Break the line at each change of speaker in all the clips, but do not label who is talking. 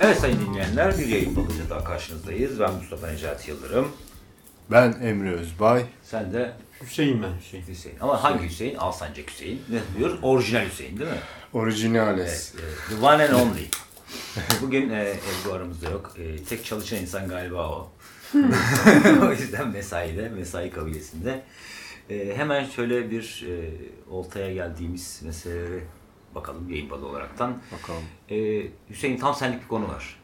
Evet sayın dinleyenler bir yayın bakıcı daha karşınızdayız. Ben Mustafa Necati Yıldırım.
Ben Emre Özbay.
Sen de
Hüseyin ben Hüseyin.
Hüseyin. Ama hangi Hüseyin? Alsancak Hüseyin. Ne diyoruz? Orijinal Hüseyin değil mi? e,
Orijinales.
The one and only. Bugün e, Ebru aramızda yok. E, tek çalışan insan galiba o. o yüzden mesaide, mesai kabilesinde. E, hemen şöyle bir e, oltaya geldiğimiz meselelere bakalım yayın balı olaraktan.
Bakalım.
E, Hüseyin tam senlik bir konu var.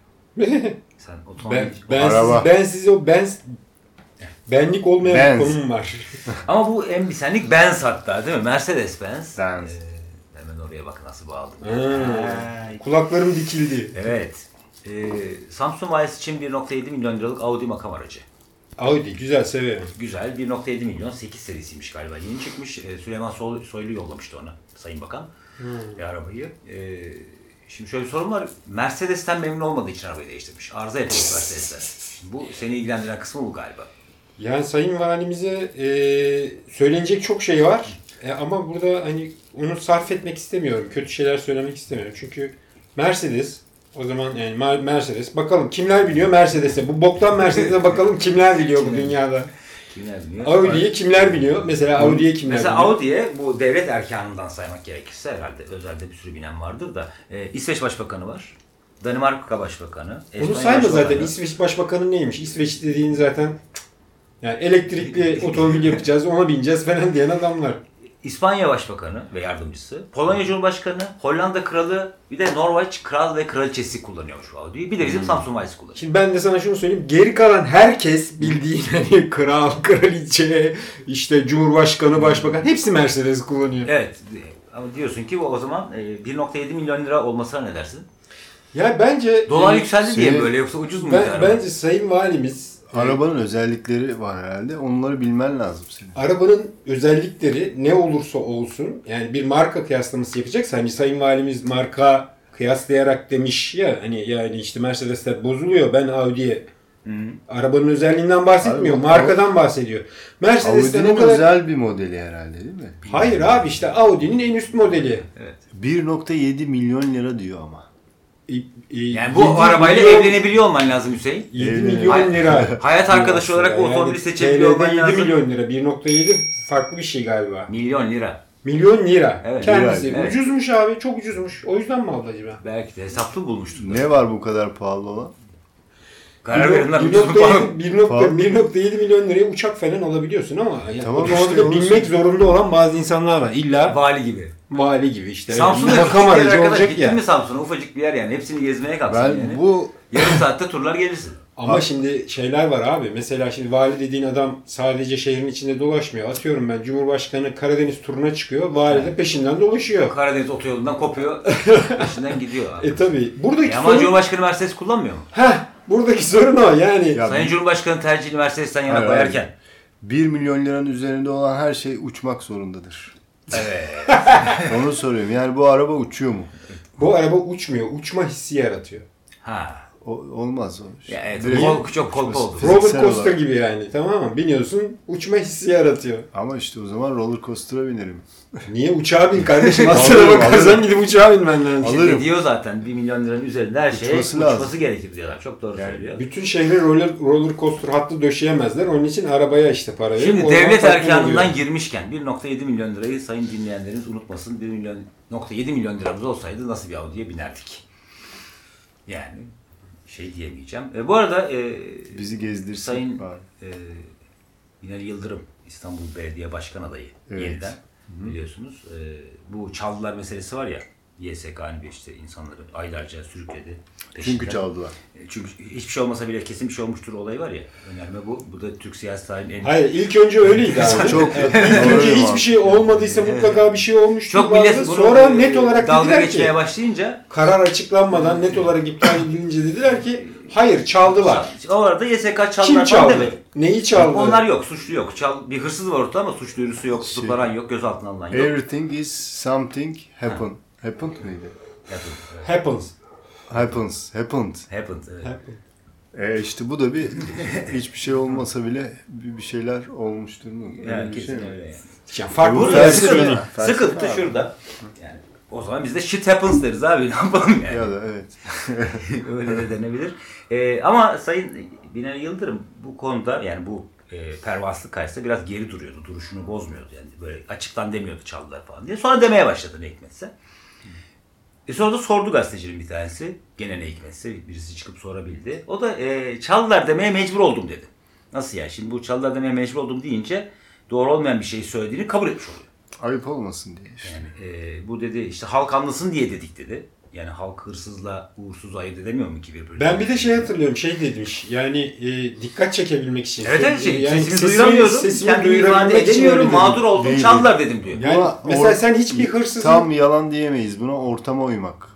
Sen otomobil...
Ben, ben,
Araba.
sizi, ben sizi o ben benlik olmayan
Benz.
bir konum var.
Ama bu en bir senlik Benz hatta değil mi? Mercedes Benz.
Benz.
E, hemen oraya bak nasıl bağladım.
Ha.
Ay,
Kulaklarım dikildi.
Evet. Ee, Samsung Vice için 1.7 milyon liralık Audi makam aracı.
Audi güzel severim.
Güzel. 1.7 milyon 8 serisiymiş galiba. Yeni çıkmış. Ee, Süleyman Soy- Soylu yollamıştı ona Sayın Bakan. E, arabayı. Ee, şimdi şöyle bir sorun var. Mercedes'ten memnun olmadığı için arabayı değiştirmiş. Arıza yapmış Mercedes'ten. Şimdi Bu seni ilgilendiren kısmı bu galiba.
Yani sayın valimize e, söylenecek çok şey var. E, ama burada hani onu sarf etmek istemiyorum. Kötü şeyler söylemek istemiyorum. Çünkü Mercedes o zaman yani Mer- Mercedes bakalım kimler biliyor Mercedes'e. Bu boktan Mercedes'e bakalım kimler biliyor bu dünyada.
Kimler biliyor?
Audi'yi kimler biliyor? Mesela Audi'yi kimler
Mesela
biliyor?
Audi'ye bu devlet erkanından saymak gerekirse herhalde özelde bir sürü binen vardır da e, İsveç Başbakanı var. Danimarka Başbakanı.
Onu
Estonya
sayma zaten.
Başbakanı.
İsveç Başbakanı neymiş? İsveç dediğin zaten yani elektrikli otomobil yapacağız, ona bineceğiz falan diyen adamlar.
İspanya Başbakanı ve yardımcısı, Polonya Cumhurbaşkanı, Hollanda Kralı, bir de Norveç Kral ve Kraliçesi kullanıyormuş bu Audi'yi. Bir de
Hmm.
bizim Samsung Vice kullanıyor.
Şimdi ben de sana şunu söyleyeyim. Geri kalan herkes bildiğin hani kral, kraliçe, işte cumhurbaşkanı, başbakan hepsi Mercedes kullanıyor.
Evet. e, Ama diyorsun ki bu o zaman e, 1.7 milyon lira olmasına ne dersin?
Ya bence
Dolar
e,
yükseldi diye mi
şey-
böyle yoksa ucuz mu?
ben, bence sayın valimiz e,
Arabanın özellikleri var herhalde. Onları bilmen lazım senin.
arabanın özellikleri ne olursa olsun yani bir marka kıyaslaması yapacaksa hani sayın valimiz marka kıyaslayarak demiş ya hani yani işte Mercedesler bozuluyor ben Audi'ye arabanın özelliğinden bahsetmiyor
Abi,
markadan bahsediyor. Mercedesler o
Audi'nin
kadar
özel bir modeli herhalde değil mi?
Hayır abi işte Audi'nin en üst modeli.
Evet.
1.7 milyon lira diyor ama.
E, e,
Yani bu
yedi
arabayla
milyon-
evlenebiliyor olman lazım Hüseyin.
7
Evlenelim.
milyon lira.
Hayat arkadaşı olarak bu
Yani
otomobili
TL'de
seçebiliyor olman
7
lazım.
milyon lira. 1.7 farklı bir şey galiba.
Milyon lira.
Milyon lira.
Evet,
Kendisi.
lira, evet.
Ucuzmuş abi. Çok ucuzmuş. O yüzden mi aldı acaba?
Belki de hesaplı bulmuştuk.
Ne var bu kadar pahalı olan?
Karar verin lan.
1.7
Pahalı.
1.7 milyon liraya uçak falan alabiliyorsun ama yani
Tamam
otobüste
işte, onu
binmek
söyleyeyim.
zorunda olan bazı insanlar var. İlla
Vali gibi.
vali gibi işte.
Samsun'da küçük
makam
bir yer
aracı
arkadaş.
olacak
Gittin
ya.
mi Samsun'a? Ufacık bir yer yani. Hepsini gezmeye kalksan
Ben
yani.
bu
Yarım saatte turlar gelirsin.
Ama şimdi şeyler var abi. Mesela şimdi vali dediğin adam sadece şehrin içinde dolaşmıyor. Atıyorum ben Cumhurbaşkanı Karadeniz turuna çıkıyor. Vali de peşinden dolaşıyor.
Karadeniz otoyolundan kopuyor. peşinden gidiyor abi.
E tabi. Buradaki
E ama
sorun...
Cumhurbaşkanı Mercedes kullanmıyor mu?
Heh, buradaki sorun o yani.
Ya-
Sayın Cumhurbaşkanı tercihini Mercedes'ten yana
Hayır,
koyarken.
1 milyon liranın üzerinde olan her şey uçmak zorundadır.
Evet.
Onu soruyorum. Yani bu araba uçuyor mu?
Bu araba uçmuyor. Uçma hissi yaratıyor.
Ha.
O- olmaz o.
Ya evet,
Direkt
kol- çok kolpa
uçması.
oldu.
Fiziksel
Roller coaster
olarak.
gibi yani. Tamam mı? Biniyorsun uçma hissi yaratıyor.
Ama işte o zaman roller coaster'a binerim.
Niye uçağa bin kardeşim? Aslına
Alırım,
bakarsan
alırım.
gidip uçağa binmen lazım.
Alırım.
Şimdi diyor zaten 1 milyon liranın üzerinde her şey uçması,
Uçması lazım.
gerekir diyorlar. Çok doğru söylüyor.
Bütün şehre roller, roller coaster hattı döşeyemezler. Onun için arabaya işte para verip
Şimdi
o zaman
devlet
tatmin oluyor.
erkanından girmişken 1.7 milyon lirayı sayın dinleyenleriniz unutmasın 1 milyon 7 milyon liramız olsaydı nasıl bir Audi'ye binerdik? Yani şey diyemeyeceğim. E, bu arada e,
Bizi gezdirsin.
Sayın
bari.
e, Binali Yıldırım İstanbul Belediye Başkan adayı
Evet.
yeniden biliyorsunuz. E, bu çaldılar meselesi var ya YSK hani bir işte insanları aylarca sürükledi.
Çünkü
peşinden.
çaldılar.
E, Çünkü hiçbir şey olmasa bile kesin bir şey olmuştur olayı var ya. Önerme bu. Bu da Türk siyasi tarihinin en
Hayır ilk önce öyleydi abi.
Çok
İlk
Doğru
önce
abi.
hiçbir şey olmadıysa mutlaka bir şey olmuştur.
Çok
vardı.
millet bunu
Sonra
e,
net olarak
dalga
dediler ki
geçmeye başlayınca
karar açıklanmadan net olarak iptal edilince dediler ki hayır çaldılar.
o arada YSK çaldılar
Kim
falan
çaldı?
demedi.
Neyi çaldı? Şey-
Onlar yok, suçlu yok. Çal, bir hırsız var ortada ama suç duyurusu yok, tutuklanan yok, gözaltına alınan yok.
Everything is something happen. Happened mıydı?
Happened,
Happens.
Happens. Happened.
evet. Happened, evet.
E işte bu da bir hiçbir şey olmasa bile bir bir şeyler olmuştur mu?
Yani
bir şey
kesin
mi?
öyle yani.
Yani farklı
Bu
bir
Burada
felsefe-
felsefe.
sıkıntı,
felsefe
sıkıntı
abi.
şurada. Yani O zaman biz de shit happens deriz abi. Ne yapalım yani.
şey. Ya da evet.
Öyle de denebilir. Ee, ama Sayın Binali Yıldırım bu konuda yani bu e, pervaslık karşısında biraz geri duruyordu. Duruşunu bozmuyordu. Yani böyle açıktan demiyordu çaldılar falan diye. Sonra demeye başladı ne hikmetse. E sonra da sordu gazetecinin bir tanesi. Gene ne hikmetse birisi çıkıp sorabildi. O da e, çaldılar demeye mecbur oldum dedi. Nasıl yani? Şimdi bu çaldılar demeye mecbur oldum deyince doğru olmayan bir şeyi söylediğini kabul etmiş oluyor.
Ayıp olmasın diye işte.
Yani, e, bu dedi işte halk anlasın diye dedik dedi. Yani halk hırsızla uğursuz ayırt edemiyor mu ki birbirini?
Ben bir de şey hatırlıyorum şey demiş yani e, dikkat çekebilmek için.
Evet evet şey,
E, yani
sesimi duyuramıyorum. Kendimi ifade
duyurabilmek için öyle
edemiyorum.
dedi.
Mağdur oldum.
Değil.
Çaldılar dedim diyor.
Yani
Ama
mesela
or-
sen hiçbir hırsızın
Tam yalan diyemeyiz buna ortama uymak.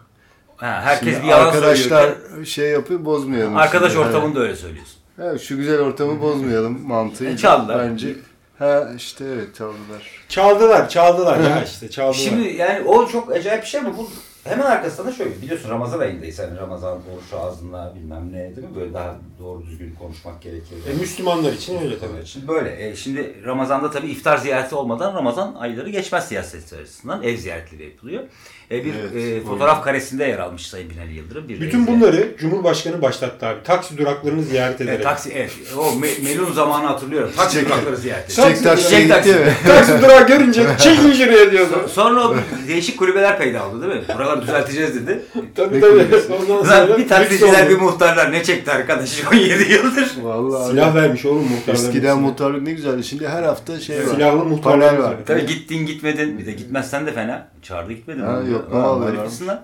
Ha, herkes
Şimdi
bir yalan
arkadaşlar
söylüyor.
şey yapıyor bozmayalım.
Arkadaş
şimdi.
ortamında öyle söylüyorsun.
Ha, evet, şu güzel ortamı bozmayalım mantığı.
E, çaldılar.
Bence. Ha işte evet çaldılar.
çaldılar çaldılar ya işte çaldılar.
Şimdi yani o çok acayip bir şey ama bu hemen arkasında şöyle biliyorsun Ramazan ayındayız. Yani Ramazan oruçu ağzına bilmem ne değil mi? Böyle daha doğru düzgün konuşmak gerekir.
E, Müslümanlar için öyle tabii.
Şimdi böyle. E, şimdi Ramazan'da tabii iftar ziyareti olmadan Ramazan ayları geçmez siyaset açısından. Ev ziyaretleri yapılıyor. E, bir
Evet,
e,
doğru.
fotoğraf karesinde yer almış Sayın Binali Yıldırım. Bir ev
Bütün
ziyareti.
bunları Cumhurbaşkanı başlattı abi. Taksi duraklarını ziyaret
E,
ederek.
taksi, evet. O me- melun zamanı hatırlıyorum. Taksi
Çiçek-
durakları ziyaret
Sen-
etti.
Çiçek taşla
Çiçek
gitti mi?
taksi durağı görünce çekin şuraya diyordu.
Sonra o değişik kulübeler peyda oldu değil mi? Buraları düzelteceğiz dedi.
tabii
Ne
tabii.
kulübesi?
Ondan sonra
Lan bir
lüks
taksiciler
oldu.
bir muhtarlar ne çekti arkadaş 17 yıldır.
Vallahi
Silah vermiş oğlum muhtarların.
Eskiden muhtarlık ne güzeldi. Şimdi her hafta şey var.
Silahlı muhtarlar
Panel var.
var.
Tabii gittin gitmedin. Bir de gitmezsen de fena. Çağırdı gitmedin.
Ha,
Onu da-
yok, ne
Ha,
oluyor?
harikasınlar.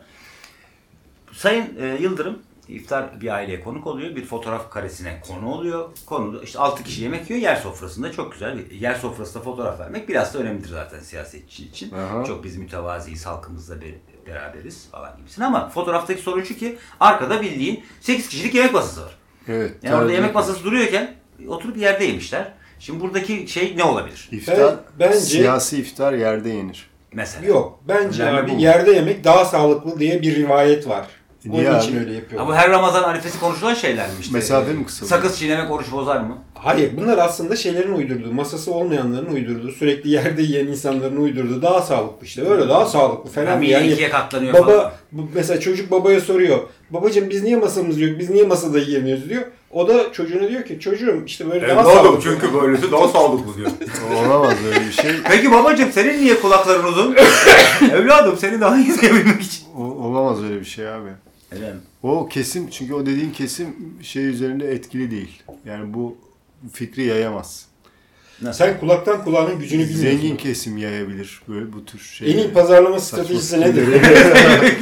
Sayın e, Yıldırım iftar bir aileye konuk oluyor. Bir fotoğraf karesine konu oluyor. Konu işte 6 kişi yemek yiyor yer sofrasında. Çok güzel. bir- Yer sofrasında fotoğraf vermek biraz da önemlidir zaten siyasetçi için.
Aha.
Çok biz mütevaziyiz halkımızla bir, beraberiz falan gibisin. Ama fotoğraftaki sorun şu ki arkada bildiğin 8 kişilik yemek masası var.
Evet.
Yani orada
tabii.
yemek masası duruyorken oturup yerde yemişler. Şimdi buradaki şey ne olabilir?
İftar,
Ben- bence-
siyasi iftar yerde yenir.
Mesela.
Yok bence
Önemli
abi
bu.
yerde yemek daha sağlıklı diye bir rivayet var. Onun
Niye
için
abi?
öyle yapıyorlar.
Ha bu her Ramazan arifesi konuşulan şeyler mi işte?
Mesafe mi
kısa?
kısalıyor?
Sakız çiğnemek oruç bozar mı?
Hayır bunlar aslında şeylerin uydurduğu, masası olmayanların uydurduğu, sürekli yerde yiyen insanların uydurduğu daha sağlıklı işte. Öyle daha sağlıklı
Yani
falan bir
mide
yer
ikiye katlanıyor falan.
Baba bu- mesela çocuk babaya soruyor. Babacığım biz niye masamız yok? Biz niye masada yiyemiyoruz diyor. O da çocuğuna diyor ki çocuğum işte böyle daha sağlıklı.
böylesi daha sağlıklı diyor.
Olamaz öyle bir şey.
Peki babacığım senin niye kulakların uzun? Evladım seni daha iyi sevebilmek için.
O- olamaz öyle bir şey abi.
Efendim,
O kesim çünkü o dediğin kesim şey üzerinde etkili değil. Yani bu fikri yayamaz.
Sen kulaktan kulağının gücünü bilmiyorsun.
Zengin kesim yayabilir böyle bu tür
En
şeyleri.
iyi pazarlama
Saçma
stratejisi nedir?
fikirleri.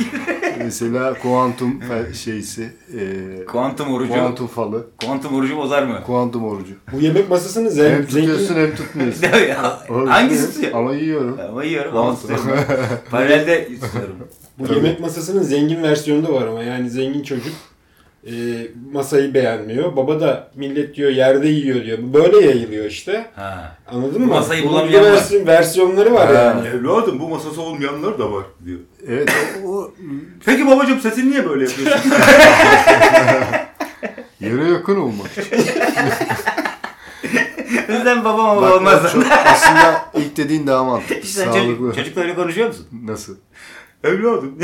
Mesela kuantum fe- şeysi, e,
Kuantum orucu. Kuantum.
kuantum falı,
orucu bozar mı?
kuantum orucu.
Bu yemek masasını zen-
Hem tutuyorsun
zengin...
hem tutmuyorsun.
Değil mi ya?
Orucu
Hangisi
yiyorum
tutuyor?
Ama yiyorum.
Ama yiyorum ama tutuyorum. Paralelde tutuyorum.
Bu
Tabii.
yemek masasının zengin versiyonu da var ama yani zengin çocuk e, masayı beğenmiyor. Baba da millet diyor yerde yiyor diyor. Bu Böyle yayılıyor işte.
Ha.
Anladın mı?
Masayı
Bunun
bulamayan
bir
var.
versiyon- versiyonları var
Ha.
yani.
Evladım bu masası olmayanlar da var diyor.
Evet o, o
Peki babacığım sesini niye böyle yapıyorsun?
yere yakın olmak için.
Bizden babam
Bak,
baba olmaz.
çok, aslında ilk dediğin daha mantıklı.
Sen çocuk,
Sağlıklı.
çocukla öyle konuşuyor musun?
Nasıl?
Evladım.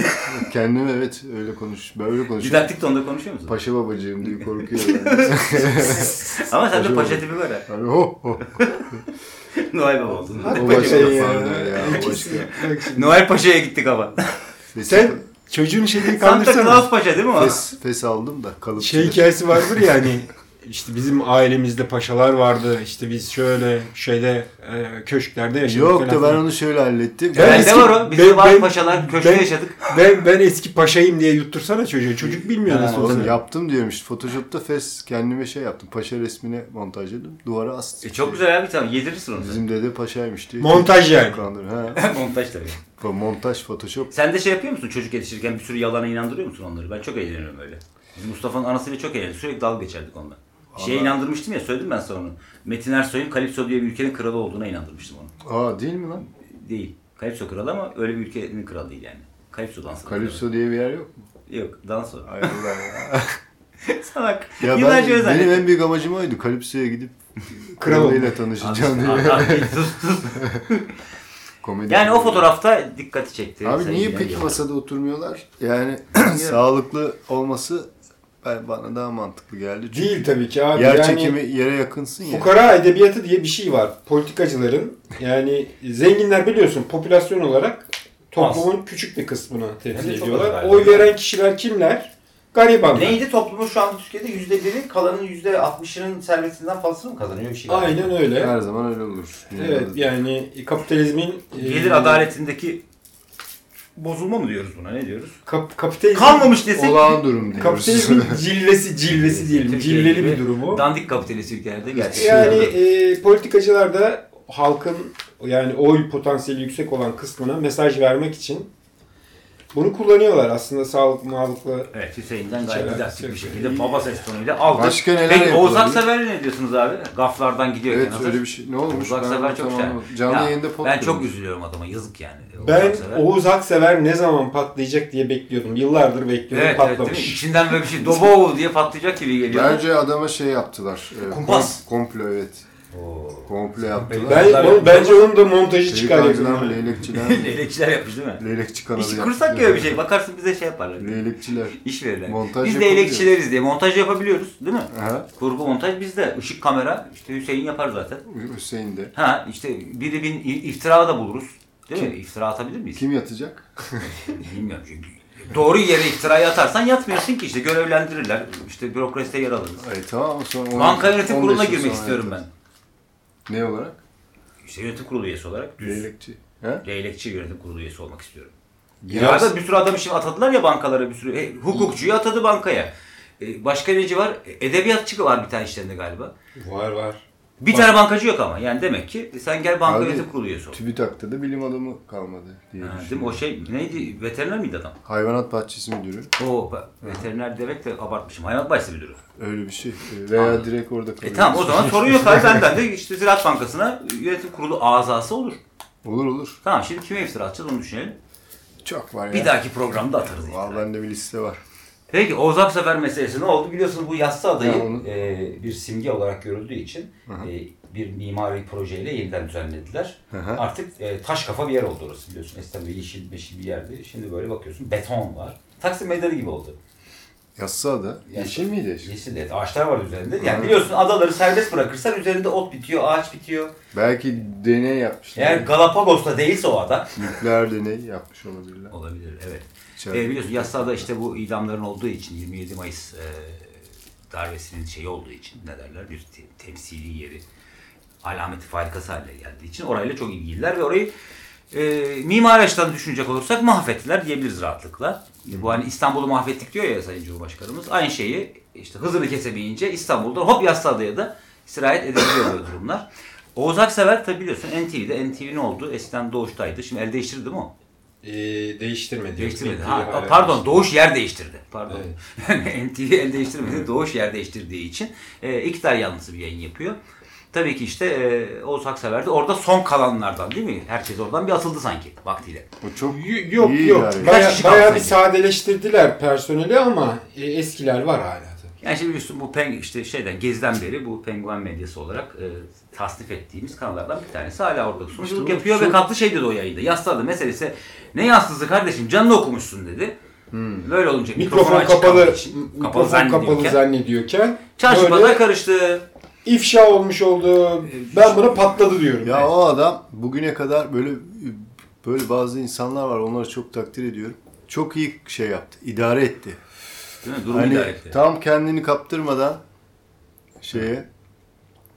Kendim evet öyle konuş. Böyle konuşuyorum.
Didaktik tonda konuşuyor musun?
Paşa babacığım diye korkuyorum. Yani.
Ama sende
Paşa
paşa
baba.
tipi var ha.
Hani ho ho.
Noel baba oldun.
O
Bak
başka
şey
bir
ya.
sahne ya. O başka.
Bak şimdi.
Noel Paşa'ya gittik ama.
Sen çocuğun şeyini
Santa
kandırsana.
Claus Paşa değil mi o?
Fes, fes aldım da kalıp.
Şey hikayesi vardır ya hani işte bizim ailemizde paşalar vardı. İşte biz şöyle şeyde e, köşklerde yaşadık.
Yok
falan
da ben
filan.
onu şöyle hallettim.
Ben
Bende
eski-
var o. Biz de
ben-
bazı
ben-
paşalar köşkte
ben-
yaşadık.
Ben, ben eski paşayım diye yuttursana çocuğu. Çocuk bilmiyor
Ha,
nasıl
oğlum
olacak.
yaptım diyorum işte. Photoshop'ta fes kendime şey yaptım. Paşa resmini montajladım. Duvara astım.
E çok güzel abi tamam yedirirsin onu. sen.
Bizim dede paşaymış diye.
Montaj yani.
Kandır, ha.
Montaj tabii.
Montaj, Photoshop.
Sen de şey yapıyor musun çocuk yetiştirirken bir sürü yalana inandırıyor musun onları? Ben çok eğleniyorum öyle. Biz Mustafa'nın anasıyla çok eğlendik. Sürekli dalga geçerdik onunla. Şeye inandırmıştım ya söyledim ben sana onu. Metin Ersoy'un Kalipso diye bir ülkenin kralı olduğuna inandırmıştım onu.
Aa değil mi lan?
Değil. Kalipso kralı ama öyle bir ülkenin kralı değil yani. Kalipso dansı. kralı.
Kalipso diye bir yer yok mu?
Yok dansı.
Ay Allah ya.
Salak.
ya ben,
Yıllarca öyle
benim
zannettim.
en büyük amacım oydu. Kalipso'ya gidip
Kral olmak.
kralıyla tanışacağım diye.
Abi, abi, sus sus.
Komedi
Yani o fotoğrafta dikkati çekti.
Abi
Sayın
niye
Bilal
peki
Yıldırım.
masada oturmuyorlar? Yani sağlıklı olması ben- bana daha mantıklı geldi. Çünkü
Değil tabii ki abi.
yer
yani
çekimi yere yakınsın ya.
Fukara edebiyatı diye bir şey var. Politikacıların yani zenginler biliyorsun popülasyon olarak toplumun küçük bir kısmını temsil
Hem de çok az
ediyorlar.
galiba.
Oy veren kişiler kimler? Garibanlar.
Neydi toplumun şu an Türkiye'de yüzde biri kalanın yüzde altmışının servetinden fazlasını mı kazanıyor bir şey? var.
Aynen öyle.
Her zaman öyle olur.
Evet yani kapitalizmin e,
Gelir adaletindeki bozulma mı diyoruz buna ne diyoruz?
kap- kapitalizmin
Kalmamış desek
Olağan durum
kapitalizmin
diyoruz.
cillesi cillesi diyelim.
Türkiye
Cilleli
gibi
bir durumu.
dandik kapitalist ülkelerde şey gerçekten.
Yani e, politikacılar da halkın yani oy potansiyeli yüksek olan kısmına mesaj vermek için bunu kullanıyorlar aslında sağlık mağlıklı.
Evet Hüseyin'den gayet
Şeyler,
didaktik bir
şey-
şekilde baba ses tonuyla aldık.
Başka neler
Peki Oğuzhan
yapılabilir?
Sever'e ne diyorsunuz abi? Gaflardan gidiyorken
evet
hazır.
öyle bir şey. Ne olmuş?
Uzak sefer
onu
çok
tam
şey.
anlamadım. Canlı
Ya,
yayında pot
Ben çok
kırmış.
üzülüyorum adama yazık yani. Oğuzhan
Ben
Sever.
Oğuz Haksever ne zaman patlayacak diye bekliyordum. Yıllardır bekliyordum
Evet, evet değil mi?
patlamış.
İçinden böyle bir şey dobov diye patlayacak gibi geliyor.
Bence adama şey yaptılar. e,
Kumpas.
kom- Komplo evet.
Oo.
Komplo yaptılar.
ben,
Tabii.
onun- bence onun da montajı çıkar
Şeytancılar,
yakında.
leylekçiler,
Leylekçiler yapmış değil mi?
leylekçi kanalı
İş
yaptılar.
kursak ya öyle bir şey. Bakarsın bize şey yaparlar.
Leylekçiler.
İş verirler.
Montaj
Biz de
yapabiliyoruz.
elekçileriz diye. Montaj yapabiliyoruz değil mi?
Aha,
Kurgu montaj bizde. Işık kamera işte Hüseyin yapar zaten.
Hüseyin de.
Ha işte biri bin i- iftira da buluruz. Değil mi? İftira atabilir miyiz?
Kim yatacak?
Bilmiyorum çünkü. Doğru yere iftirayı atarsan yatmıyorsun ki işte görevlendirirler. İşte bürokraside yer alırız.
Ay tamam sonra on-
Banka yönetim
15
kuruluna
yıl
girmek
sonra
istiyorum ben.
yatarız. Ne olarak?
İşte yönetim kurulu üyesi olarak düz.
Leylekçi. He?
Leylekçi yönetim kurulu üyesi olmak istiyorum.
Biraz-
Ya da bir sürü adam şimdi atadılar ya bankalara bir sürü. E, hukukçuyu atadı bankaya. E, başka neci var? E, Edebiyatçı var bir tane işlerinde galiba.
Var var.
Bir tane bankacı yok ama. Yani demek ki sen gel banka
Abi,
yönetim kurulu üyesi ol.
TÜBİTAK'ta da bilim adamı kalmadı diye
Ha, değil mi?
düşünüyorum.
O şey neydi? Veteriner miydi adam?
Hayvanat bahçesi müdürü.
Oo, ben veteriner demek de abartmışım. Hayvanat bahçesi müdürü.
Öyle bir şey. E, Veya
Anladım.
direkt orada kalıyor.
E tamam o zaman sorun yok abi benden de işte Ziraat Bankası'na yönetim kurulu azası olur.
Olur olur.
Tamam şimdi kime iftira atacağız onu düşünelim.
Çok var ya.
Bir dahaki programda atarız.
Valla
iftira.
bende bir liste var.
Peki Oğuzak Sefer meselesi ne oldu? Biliyorsunuz bu Yassı Adayı
Ya onu-
e, bir simge olarak görüldüğü için e, bir mimari projeyle yeniden düzenlediler.
Hı hı.
Artık e, taş kafa bir yer oldu orası biliyorsun. Eskiden böyle yeşil meşil bir yerdi. Şimdi böyle bakıyorsun beton var. Taksim Meydanı gibi oldu.
Yassı da. Yeşil miydi yeşil?
Yeşil evet ağaçlar var üzerinde.
Hı.
Yani biliyorsun adaları serbest bırakırsan üzerinde ot bitiyor, ağaç bitiyor.
Belki deney yapmışlar.
Eğer Galapagos'ta değilse o ada.
Nükleer deney yapmış olabilirler.
Olabilir evet.
İçeride.
E, biliyorsun yasada işte bu idamların olduğu için 27 Mayıs e, darbesinin şeyi olduğu için ne derler bir te- temsili yeri alameti farikası haline geldiği için orayla çok ilgililer ve orayı e, mimari açıdan düşünecek olursak mahvettiler diyebiliriz rahatlıkla. E, Bu hani İstanbul'u mahvettik diyor ya Sayın Cumhurbaşkanımız. Aynı şeyi işte hızını kesemeyince İstanbul'da hop Yassıada'ya da sirayet edebiliyor böyle durumlar. Oğuz Aksever tabi biliyorsun NTV'de. NTV ne oldu? Eskiden Doğuş'taydı. Şimdi el değiştirdi değil mi o?
Ee, değiştirmedi.
Değiştirmedi.
Yok,
Ha,
hala-
pardon doğuş yer değiştirdi. Pardon. NTV el değiştirmedi. Doğuş yer değiştirdiği için e, iktidar yanlısı bir yayın yapıyor. Tabii ki işte e, Oğuz Aksever de orada son kalanlardan değil mi? Herkes oradan bir atıldı sanki vaktiyle.
O çok
Y- yok
iyi
yok.
idare.
Baya,
Kaç kişi
bayağı
kaldı
bir
sence?
sadeleştirdiler personeli ama e, eskiler var hala tabii.
Yani şimdi biliyorsun bu peng işte şeyden gezden beri bu penguen medyası olarak e, tasnif ettiğimiz kanallardan bir tanesi hala orada sunuculuk
İşte o
yapıyor ve
çok-
katlı şey dedi o yayında. Yaslandı meselesi ne yaslısı kardeşim canını okumuşsun dedi. Böyle olunca
Hmm. Mikrofon
açık
kapalı,
kaldığı için,
mikrofon kapalı
zannediyorken
zannediyorken
Çarşıda
böyle-
da karıştı.
İfşa olmuş oldu. Ben buna patladı diyorum.
Ya o adam bugüne kadar böyle böyle bazı insanlar var. Onları çok takdir ediyorum. Çok iyi şey yaptı. idare etti.
Değil mi? Durumu
hani
idare etti.
tam kendini kaptırmadan şeye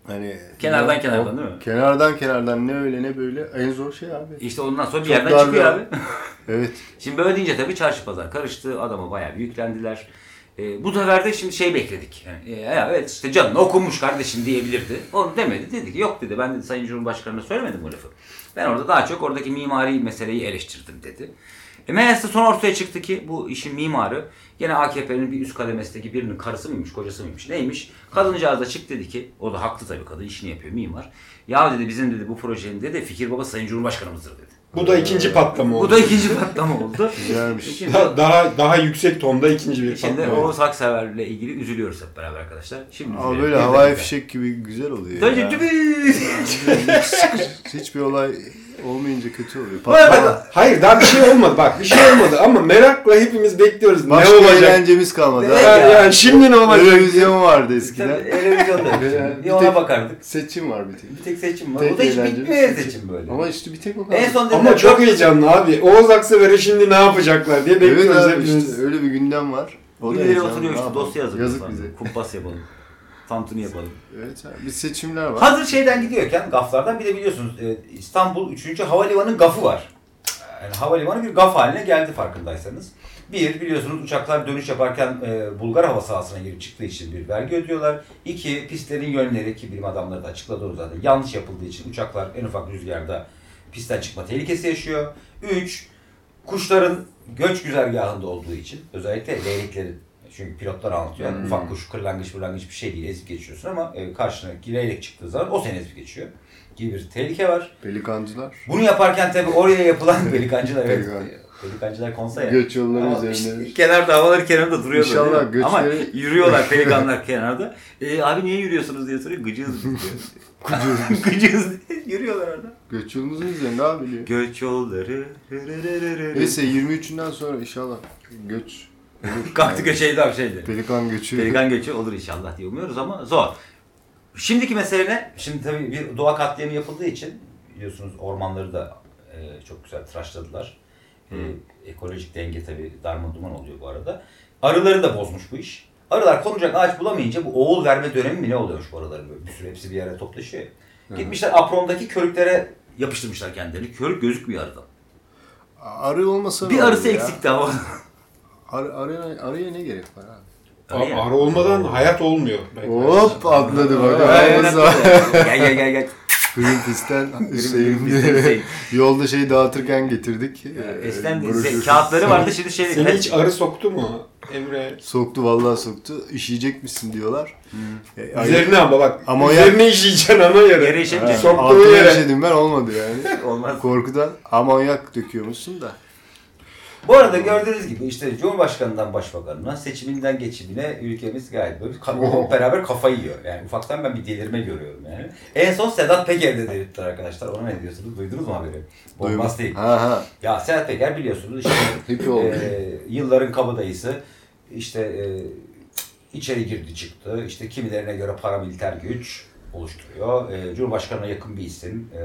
hani
Kenardan
Ya,
kenardan değil mi?
Kenardan kenardan ne öyle ne böyle en zor şey abi.
İşte ondan sonra bir
Çok
yerden
darbe
çıkıyor
abi.
abi.
Evet.
şimdi böyle deyince tabii çarşı pazar karıştı. Adama bayağı bir yüklendiler. Ee, bu sefer de şimdi şey bekledik. Yani, e, ya evet işte canını okumuş kardeşim diyebilirdi. Onu demedi. Dedi ki yok dedi. Ben dedi, Sayın Cumhurbaşkanı'na söylemedim bu lafı. Ben orada daha çok oradaki mimari meseleyi eleştirdim dedi. E meğerse son ortaya çıktı ki bu işin mimarı gene AKP'nin bir üst kademesindeki birinin karısı mıymış, kocası mıymış, neymiş? Kadıncağız da çıktı dedi ki, o da haklı tabii kadın işini yapıyor mimar. Ya dedi bizim dedi bu projenin dedi fikir baba Sayın Cumhurbaşkanımızdır dedi.
Bu da ikinci patlama oldu.
Bu da ikinci patlama oldu.
Güzelmiş.
Şimdi,
Da- daha daha yüksek tonda ikinci bir
şimdi
patlama.
Oğuz Haksever'le ilgili üzülüyoruz hep beraber arkadaşlar. Şimdi
Ama
üzülelim.
böyle
Ne
havai
demek?
fişek gibi güzel oluyor.
Sadece
ya.
tübü-
Hiçbir olay olmayınca kötü oluyor.
Vay be.
Patlama.
Hayır daha bir şey olmadı bak bir şey olmadı ama merakla hepimiz bekliyoruz
Başka
ne olacak.
eğlencemiz kalmadı.
Ne-
ha.
Ya, yani şimdi ne olacak?
Televizyon vardı
Tabii,
eskiden.
Televizyonda
Bir
bir ona
tek-
bakardık.
Seçim var bir tek.
Bir tek seçim var.
Tek
Bu da hiç
eğlenceli
bitmeyen
seçim.
seçim böyle.
Ama işte bir tek o
en son dediler
Ama çok
dört-
heyecanlı abi. Oğuz Aksever'e şimdi ne yapacaklar diye
Evet
bekliyoruz
abi
hepimiz.
işte öyle bir gündem var.
Birileri
heyecanlı.
oturuyor
Ne
işte
yapalım?
dosya yazıyor.
Yazık
falan.
bize.
Kumpas yapalım. Tantuni yapalım.
Evet abi. Bir seçimler var.
Hazır şeyden gidiyorken gaflardan bir de biliyorsunuz e, İstanbul 3. Havalimanı gafı var. Yani havalimanı bir gaf haline geldi farkındaysanız. Bir, biliyorsunuz uçaklar dönüş yaparken e, Bulgar hava sahasına girip çıktığı için bir vergi ödüyorlar. İki, pistlerin yönleri ki bilim adamları da açıkladı onu zaten yanlış yapıldığı için uçaklar en ufak rüzgarda pistten çıkma tehlikesi yaşıyor. Üç, kuşların göç güzergahında olduğu için özellikle leyleklerin çünkü pilotlar anlatıyor.
Hmm.
Yani ufak kuş, kırlangıç, kırlangıç bir şey değil. Ezip geçiyorsun ama e, karşına leylek çıktığı zaman o seni ezip geçiyor gibi bir tehlike var.
Pelikancılar.
Bunu yaparken tabii oraya yapılan pelikancılar evet.
Pelikan.
Pelikancılar konsa ya.
Göç yolları
Ama
üzerinde.
işte kenarda havaları kenarında duruyor
İnşallah
böyle.
göçleri-
Ama yürüyorlar pelikanlar kenarda. E, abi niye yürüyorsunuz diye soruyor. Gıcığız biz diyor. Gıcığız diye yürüyorlar orada.
Göç yolumuzun üzerinde abi biliyor.
Göç yolları. rırırırırı.
Neyse 23'ünden sonra inşallah göç. olur.
Kalktı
Yani
köşeyi de şeydi.
Pelikan göçü.
Pelikan göçü olur inşallah diye umuyoruz ama zor. Şimdiki mesele ne?
Şimdi tabii bir doğa katliamı yapıldığı için biliyorsunuz ormanları da e, çok güzel tıraşladılar. E, ekolojik denge tabii darma duman oluyor bu arada. Arıları da bozmuş bu iş. Arılar konacak ağaç bulamayınca bu oğul verme dönemi mi ne oluyormuş bu arıların böyle bir sürü hepsi bir yere toplaşıyor. ya. Gitmişler aprondaki körüklere
Yapıştırmışlar kendilerini. Körük gözükmüyor aradan.
Arı olmasa
Bir
ne olur
arısı
ya?
eksikti ama.
Arı, arıya, arıya ne gerek var abi?
Abi Arı olmadan hayat olmuyor.
Hop atladı bak. Arıza.
gel gel gel gel.
Greenpeace'ten
Greenpeace'ten
Hüseyin. Yolda şeyi dağıtırken getirdik. Ee,
Esten
broşür.
kağıtları vardı şimdi şey.
Seni hiç arı soktu mu Emre?
Soktu vallahi soktu. İşeyecek misin diyorlar.
Hmm.
E, ay-
Üzerine ama bak.
Ama
üzerine işeyeceksin ana yere.
Yere işeyince-
Soktuğu
Altına
yere.
işedim ben olmadı yani.
Olmaz.
Korkudan amonyak döküyormuşsun da.
Bu arada gördüğünüz gibi işte Cumhurbaşkanından başbakanına, seçiminden geçimine ülkemiz gayet böyle ka-
Oo.
beraber kafa yiyor. Yani ufaktan ben bir delirme görüyorum yani. En son Sedat Peker'de delirttiler arkadaşlar. Ona ne diyorsunuz? Duydunuz mu haberi? Bombas değil.
Ha ha.
Ya Sedat Peker biliyorsunuz işte
Hippie olmuş.
e, yılların kabadayısı işte e, içeri girdi çıktı. İşte kimilerine göre paramiliter güç oluşturuyor. E, Cumhurbaşkanına yakın bir isim. E,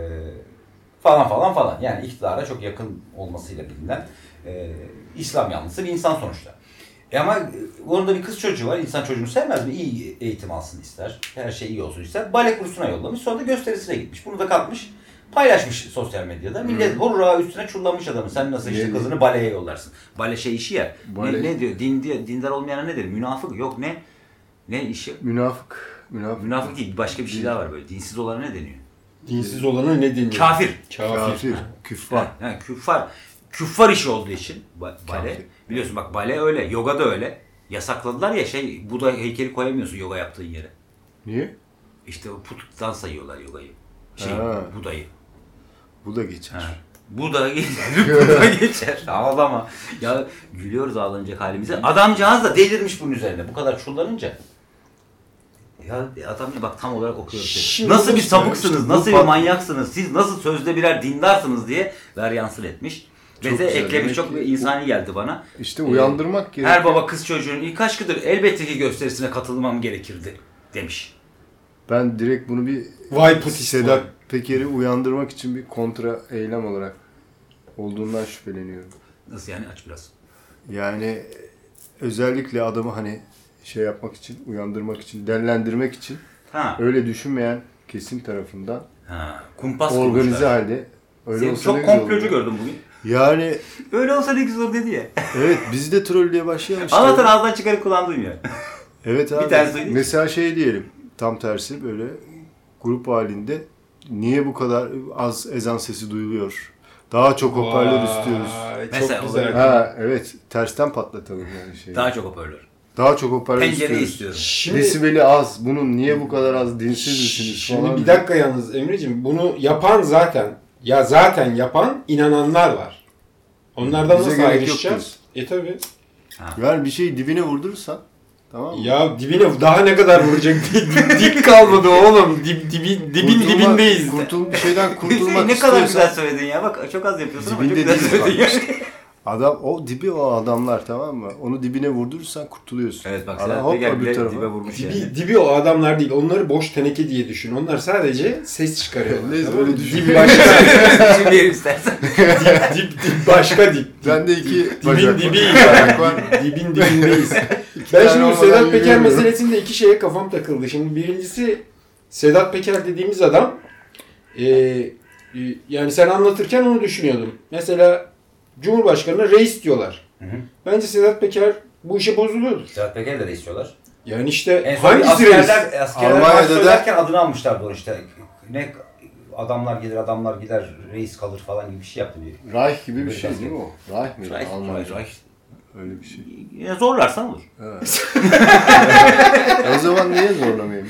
falan falan falan. Yani iktidara çok yakın olmasıyla bilinen e, İslam yanlısı bir insan sonuçta. E ama e, onun da bir kız çocuğu var. İnsan çocuğunu sevmez mi? İyi eğitim alsın ister. Her şey iyi olsun ister. Bale kursuna yollamış. Sonra da gösterisine gitmiş. Bunu da kalkmış. Paylaşmış sosyal medyada. Millet hurra üstüne çullanmış adamı. Sen nasıl işte
Ne-
kızını baleye yollarsın. Bale şey işi ya.
Bale-
Ne, ne diyor? Din diyor. Dindar olmayana ne der? Münafık yok ne? Ne işi?
Münafık. Münafık.
Münafık değil. Başka bir şey daha var böyle. Dinsiz olana ne deniyor?
Dinsiz olana ne deniyor?
Kafir.
Kafir.
Kafir. Küffar.
Yani küffar. Küffar işi olduğu için ba- bale.
Kafir.
Biliyorsun bak bale öyle. Yoga da öyle. Yasakladılar ya şey Buda heykeli koyamıyorsun yoga yaptığın yere.
Niye?
İşte o puttan sayıyorlar yogayı. Şey
Ha.
Buda'yı.
Bu da geçer.
Ha. Bu da geçer. Bu da geçer. Ağlama. Ya gülüyoruz ağlanacak halimize. Adamcağız da delirmiş bunun üzerine. Bu kadar çullanınca. Ya adam bak tam olarak okuyorum. seni.
Şimdi
nasıl bir
işte-
sapıksınız,
işte bu
nasıl bir
pat-
manyaksınız, siz nasıl sözde birer dindarsınız diye veryansın etmiş. Ve
Çok
de
güzel.
eklemiş
Demek
çok
ki
insani geldi bana.
İşte uyandırmak gerek.
Ee, Her baba kız çocuğunun ilk aşkıdır. Elbette ki gösterisine katılmam gerekirdi demiş.
Ben direkt bunu bir
Vay put
Sedat Peker'i uyandırmak için bir kontra eylem olarak olduğundan şüpheleniyorum.
Nasıl yani aç biraz.
Yani özellikle adamı hani şey yapmak için, uyandırmak için, dellendirmek için
Ha.
öyle düşünmeyen kesim tarafından
ha. Kumpas
organize
kurmuşlar.
halde öyle
Seni
olsa
çok
ne güzel
komplocu
olur.
gördüm bugün.
Yani
Öyle olsa ne güzel olur dedi ya.
evet biz de trollüye başlayalım işte.
Anlatan ağzından çıkarıp kullandığım ya.
Evet abi.
tanesi değil.
Mesela şey diyelim tam tersi böyle grup halinde niye bu kadar az ezan sesi duyuluyor? Daha çok hoparlör istiyoruz.
Vay, Çok
Mesela
güzel.
olabilir.
Ha evet tersten patlatalım yani şeyi. Daha,
Daha çok hoparlör.
çok hoparlör
Pencereyi
istiyoruz.
istiyorum.
Şimdi,
Desibeli az. Bunun niye bu kadar az dinsiz misiniz
şimdi
falan.
bir dakika yalnız Emre'ciğim bunu yapan zaten Ya zaten yapan inananlar var. Onlardan
Bize
nasıl
gerek yok
ayrışacağız? E tabi.
Yani bir şeyi dibine vurdurursan tamam mı?
Ya dibine daha ne kadar vuracak? Dik- Dik kalmadı oğlum. Dib, dibi, dibin
Kurtulma-
dibindeyiz.
Kurtul, bir şeyden kurtulmak
ne kadar güzel
istiyorsan-
söyledin ya. Bak çok az yapıyorsun ama çok
Dibinde
güzel
değil.
söyledin ya.
Adam o dibi o adamlar tamam mı? Onu dibine vurdurursan kurtuluyorsun.
Evet bak
Adam
Sedat
hop
Peker
öbür
bile
tarafa.
dibe vurmuş yani.
Dibi, dibi o adamlar değil. Onları boş teneke diye düşün. Onlar sadece ses çıkarıyorlar.
Neyse,
tamam mı?
öyle düşün.
Dip başka,
Düşünmeyelim istersen.
dip, dip, dip başka dip.
Ben de iki
Dibin
bacak
dibi.
var.
yani. dibin dibindeyiz. ben
tane
şimdi bu
olmadan
Sedat Peker
yürüyemiyorum.
meselesinde iki şeye kafam takıldı. Şimdi birincisi Sedat Peker dediğimiz adam e, e, yani sen anlatırken onu düşünüyordum. Mesela Cumhurbaşkanı'na reis diyorlar.
Hı hı.
Bence Sedat Peker bu işe bozuluyordur.
Sedat Peker'i de istiyorlar.
Yani işte
En son bir
hangisi reis?
askerler, askerler
Almanya'da
baş
da-
söylerken adını almışlardı onu işte. Ne adamlar gelir adamlar gider reis kalır falan gibi bir şey yaptı bir.
Reich gibi bir şey değil mi o? Reich mi?
Reich,
Almanca.
Reich.
Öyle bir şey.
Ya zorlarsan olur.
Evet. o zaman niye zorlamayayım?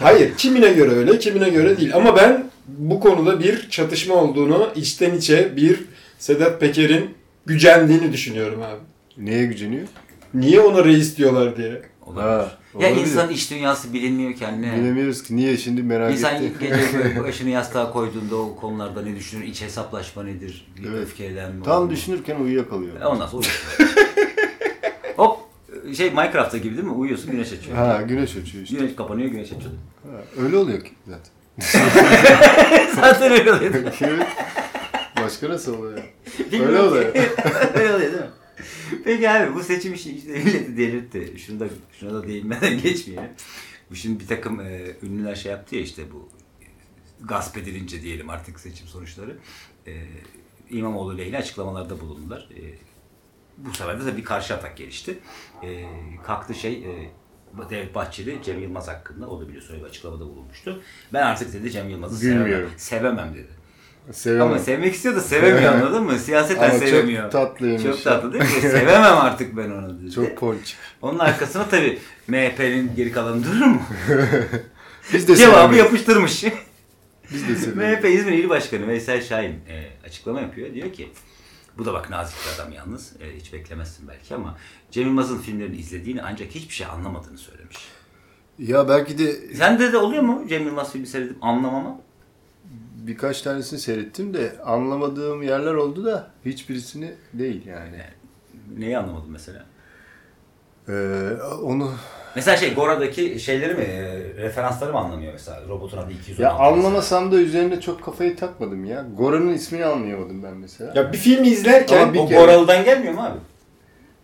Hayır kimine göre öyle kimine göre değil. Ama ben bu konuda bir çatışma olduğunu içten içe bir Sedat Peker'in gücendiğini düşünüyorum abi.
Neye güceniyor?
Niye ona reis diyorlar diye.
Olabilir. Ya
olabilir.
insanın iç dünyası bilinmiyor kendine.
Bilemiyoruz ki niye şimdi merak
İnsan
etti.
gece böyle başını yastığa koyduğunda o konularda ne düşünür? İç hesaplaşma nedir? Bir
Evet.
Öfkelenme. olur
Tam
mu?
düşünürken uyuyakalıyor.
Ondan sonra uyuyorsun. Hop şey Minecraft'ta gibi değil mi? Uyuyorsun güneş açıyor.
Ha güneş açıyor işte.
Güneş kapanıyor güneş açıyor.
Ha, öyle oluyor ki zaten.
Zaten öyle oluyor.
Evet. Başka nasıl oluyor? ya?
Bilmiyorum
Öyle
ki.
oluyor.
Öyle oluyor değil mi? Peki abi bu seçim işi işte milleti delirtti. Şunu da, şuna da değinmeden geçmeyelim. Bu şimdi bir takım e, ünlüler şey yaptı ya işte bu e, gasp edilince diyelim artık seçim sonuçları. E, İmamoğlu lehine açıklamalarda bulundular. E, bu sefer de tabii bir karşı atak gelişti. E, kalktı şey e, Devlet Bahçeli Cem Yılmaz hakkında o da biliyorsun öyle bir açıklamada bulunmuştu. Ben artık dedi Cem Yılmaz'ı sevemem,
Gülmüyorum.
sevemem dedi. Ama
Sevemem.
sevmek istiyor da sevemiyor
Evet.
anladın mı? Siyaseten
Ama çok
sevemiyor.
tatlıymış
Çok
ya.
tatlı değil mi? Sevemem artık ben onu dedi.
Çok ponç.
Onun arkasına tabii MHP'nin geri kalanı durur mu?
Biz de
Cevabı
sevemeyiz.
yapıştırmış.
Biz de sevemeyiz.
MHP İzmir İl Başkanı Veysel Şahin e, açıklama yapıyor. Diyor ki bu da bak nazik bir adam yalnız. E, hiç beklemezsin belki ama Cem Yılmaz'ın filmlerini izlediğini ancak hiçbir şey anlamadığını söylemiş.
Ya belki de
Sende de oluyor mu Cem Yılmaz filmi seyredip anlamama?
birkaç tanesini seyrettim de anlamadığım yerler oldu da hiçbirisini değil yani.
Neyi anlamadın mesela?
Ee, onu
Mesela şey Gora
Oradaki şeyleri mi, e, referansları mı anlamıyor mesela? Robotun adı 216.
ya anlamasam da üzerine çok kafayı takmadım ya. Gora'nın ismini anlayamadım ben mesela.
Ya bir filmi izlerken
Ama bir
O
kere-
Goralı'dan gelmiyor mu abi?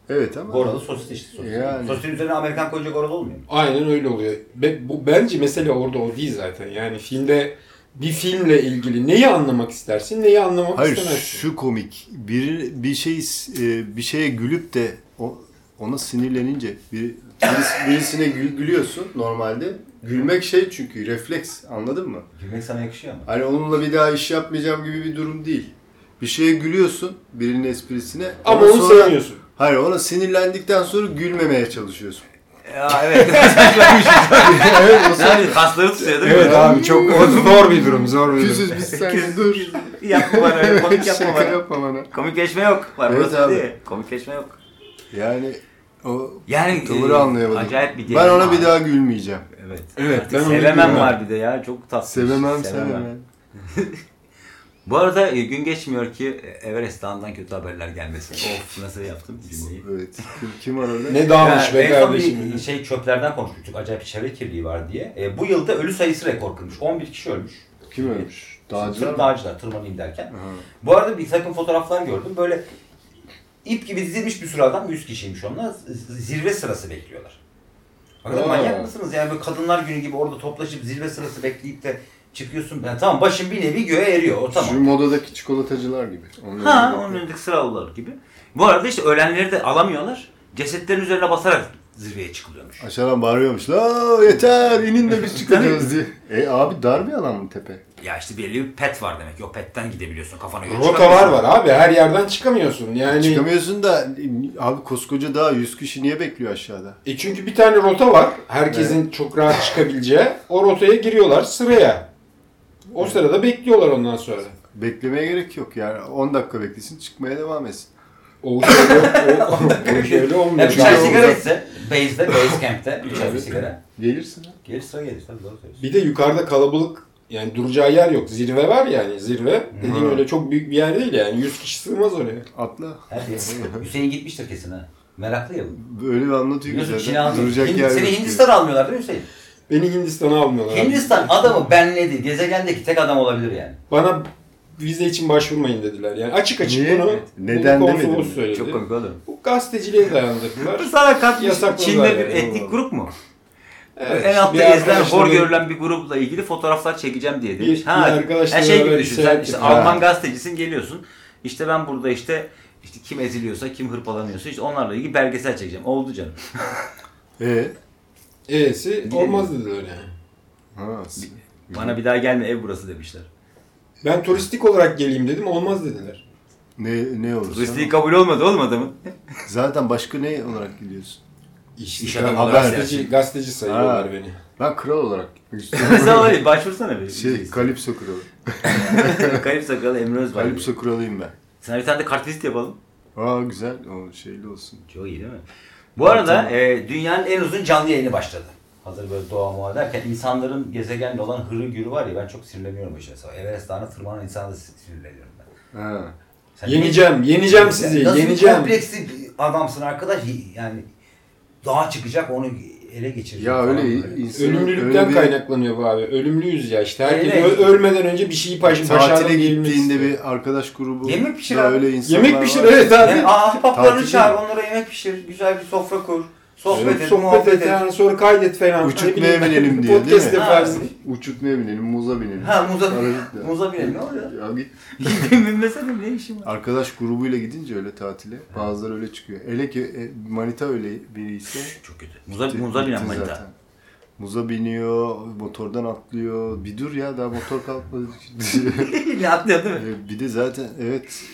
Evet ama
Goralı sosis işte sosis.
Yani.
Sosisin üzerine Amerikan koyunca Goralı olmuyor mu?
Aynen öyle oluyor. Be- bu bence mesele orada o değil zaten. Yani filmde bir filmle ilgili neyi anlamak istersin, neyi anlamak
Hayır
istemezsin.
şu komik. Bir bir şey e, bir şeye gülüp de o, ona sinirlenince bir biris- birisine gül- gülüyorsun normalde. Gülmek şey çünkü refleks anladın mı?
Gülmek sana yakışıyor mu?
Hani onunla bir daha iş yapmayacağım gibi bir durum değil. Bir şeye gülüyorsun birinin esprisine
Ama
ama
onu
sonra-
sevmiyorsun.
Hayır ona sinirlendikten sonra gülmemeye çalışıyorsun.
Ya evet. Yani kasları tutuyor değil mi?
abi çok zor bir durum, zor
Küsüz biz seninle dur.
Yapma bana öyle komik yapma
Şaka
bana.
yapma bana.
Komikleşme yok. Var
Evet
burası
abi.
değil. Komikleşme yok.
Yani o
Yani
tavırı
e,
anlayamadım.
Acayip bir
ben
diyelim
ona
abi.
bir daha gülmeyeceğim.
Evet.
Evet,
Artık
ben onu
sevemem
biliyorum.
var bir de ya. Çok tatlı.
Sevemem sevemem.
Bu arada e, gün geçmiyor ki e, Everest Dağı'ndan kötü haberler gelmesin. of nasıl yaptım cümleyi.
Evet. Kim, kim aradı?
Ne dağılmış
Ya,
be
en son bir
kardeşim.
şey çöplerden konuşmuştuk. Acayip çevre kirliliği var diye. E, bu yılda ölü sayısı rekor kırmış. 11 kişi ölmüş.
Kim ölmüş? Dağcılar
Sırf
mı?
dağcılar tırmanayım derken. Bu arada bir takım fotoğraflar gördüm. Böyle ip gibi dizilmiş bir sürü adam 100 kişiymiş onlar. Z- Zirve sırası bekliyorlar. Arkadaş
Aa.
manyak mısınız? Yani böyle kadınlar günü gibi orada toplaşıp zirve sırası bekleyip de çıkıyorsun. Yani tamam başın bir nevi göğe eriyor. O
Şu
tamam.
modadaki çikolatacılar gibi. Onların
Ha
gibi.
onun önündeki sıralılar gibi. Bu arada işte ölenleri de alamıyorlar. Cesetlerin üzerine basarak zirveye çıkılıyormuş.
Aşağıdan bağırıyormuş. La yeter inin de biz çıkacağız diye. E abi dar bir alan mı tepe?
Ya işte belli bir pet var demek. O petten gidebiliyorsun kafana göre.
Rotalar
çıkamıyorsun.
var abi. Her yerden çıkamıyorsun. Yani
Çıkamıyorsun da e, abi koskoca dağ 100 kişi niye bekliyor aşağıda?
e çünkü bir tane rota var. Herkesin çok rahat çıkabileceği. O rotaya giriyorlar sıraya. O sırada bekliyorlar ondan sonra.
Beklemeye gerek yok yani. 10 dakika beklesin çıkmaya devam etsin.
O iş öyle, o, o iş öyle olmuyor.
Yani
şey
üçer
Daha
sigara
uzak.
etse, base'de, base camp'te üçer bir sigara.
Gelirsin. ha.
Gelir sıra gelir tabii doğru söylüyorsun.
Bir de yukarıda kalabalık yani duracağı yer yok. Zirve var yani zirve. Dediğin
Hmm.
öyle çok büyük bir yer değil yani. 100 kişi sığmaz oraya.
Atla.
Her şey. Hüseyin gitmiştir kesin ha. Meraklı ya bu.
Böyle bir anlatıyor
Biliyorsun
ki
Çin'e
zaten.
almıyor.
Duracak
Hind-
yer
Seni
yok diyor.
Hindistan'a almıyorlar değil mi Hüseyin?
Beni Hindistan'a almıyorlar. abi.
Hindistan adamı benledi. Gezegendeki tek adam olabilir yani.
Bana vize için başvurmayın dediler. Yani açık açık
Niye?
bunu
Neden
bunu
demedim.
konsolos söyledi.
Çok komik oğlum.
Bu gazeteciliğe dayandırdılar.
Sana katmış
Yasakladılar
Çin'de bir
yani.
etnik grup mu?
Evet,
en
işte
altta
bir
ezilen,
arkadaşla
hor
böyle-
görülen bir grupla ilgili fotoğraflar çekeceğim diye demiş.
Bir-
ha,
bir arkadaşla
her şey gibi
beraber
düşün.
bir
Sen
seyahat
işte
yaptık.
Alman gazetecisin geliyorsun. İşte ben burada işte işte kim eziliyorsa, kim hırpalanıyorsa işte onlarla ilgili belgesel çekeceğim. Oldu canım.
Ee?
E'si olmaz dediler yani.
Ha.
Bana bir daha gelme ev burası demişler.
Ben turistik olarak geleyim dedim olmaz dediler.
Ne, ne olursa.
Turistliği kabul olmadı oğlum adamın.
Zaten başka ne olarak gidiyorsun?
İşte
İş adamı
ben
olarak
gazeteci,
yani.
gazeteci sayıyorlar
Ha.
beni.
Ben kral olarak gitmek istiyorum.
Mesela var ya, başvursana bir.
şey, Kalipso kralı.
Kayıp Sakalı Emre Özbay.
Kalipso kralıyım ben.
Sana bir tane de kartvizit yapalım.
Aa güzel. O şeyli olsun.
Çok iyi değil mi? Bu arada e, dünya
Dünyanın en uzun canlı yayını başladı. Hazır böyle doğa muha derken insanların gezegenle olan hırı gürü var ya ben çok sinirleniyorum bu işe. Everest Dağı'na tırmanan insana da sinirleniyorum ben.
Ha.
Sen
Yeneceğim, yeneceğim sizi,
Nasıl
yeneceğim.
bir kompleksli bir adamsın arkadaş yani dağa çıkacak onu ele geçirecek.
Ya
falan
öyle
böyle.
insanın
Ölümlülükten
öyle bir-
kaynaklanıyor bu abi. Ölümlüyüz ya işte. Herkes
Öyle.
ö- ölmeden önce bir şey şeyi baş- başaralım
Tatile
diyebilmesi.
gittiğinde bir arkadaş grubu.
Yemek pişir
da
abi.
öyle insanlar
Yemek pişir
var.
evet abi.
Yani ahbaplarını
Tatil
çağır, onlara yemek pişir, güzel bir sofra kur, sohbet
Evet,
et,
sohbet
muhabbet et.
et yani sonra kaydet falan.
Uçuk
Ne bileyim,
beğenelim diye, değil
Podcast
mi?
yaparsın.
Uçutmaya binelim, muza binelim.
Ha muza,
Paraşütle.
muza binelim ne oluyor?
Ya git.
mesela ne işim var?
Arkadaş grubuyla gidince öyle tatile bazıları öyle çıkıyor. Hele ki e, manita öyle biri ise
Çok kötü. Muza, muza
bitti
binen manita.
zaten. Muza biniyor, motordan atlıyor. Bir dur ya daha motor kalkmadı.
ne atlıyor değil mi?
E, bir de zaten evet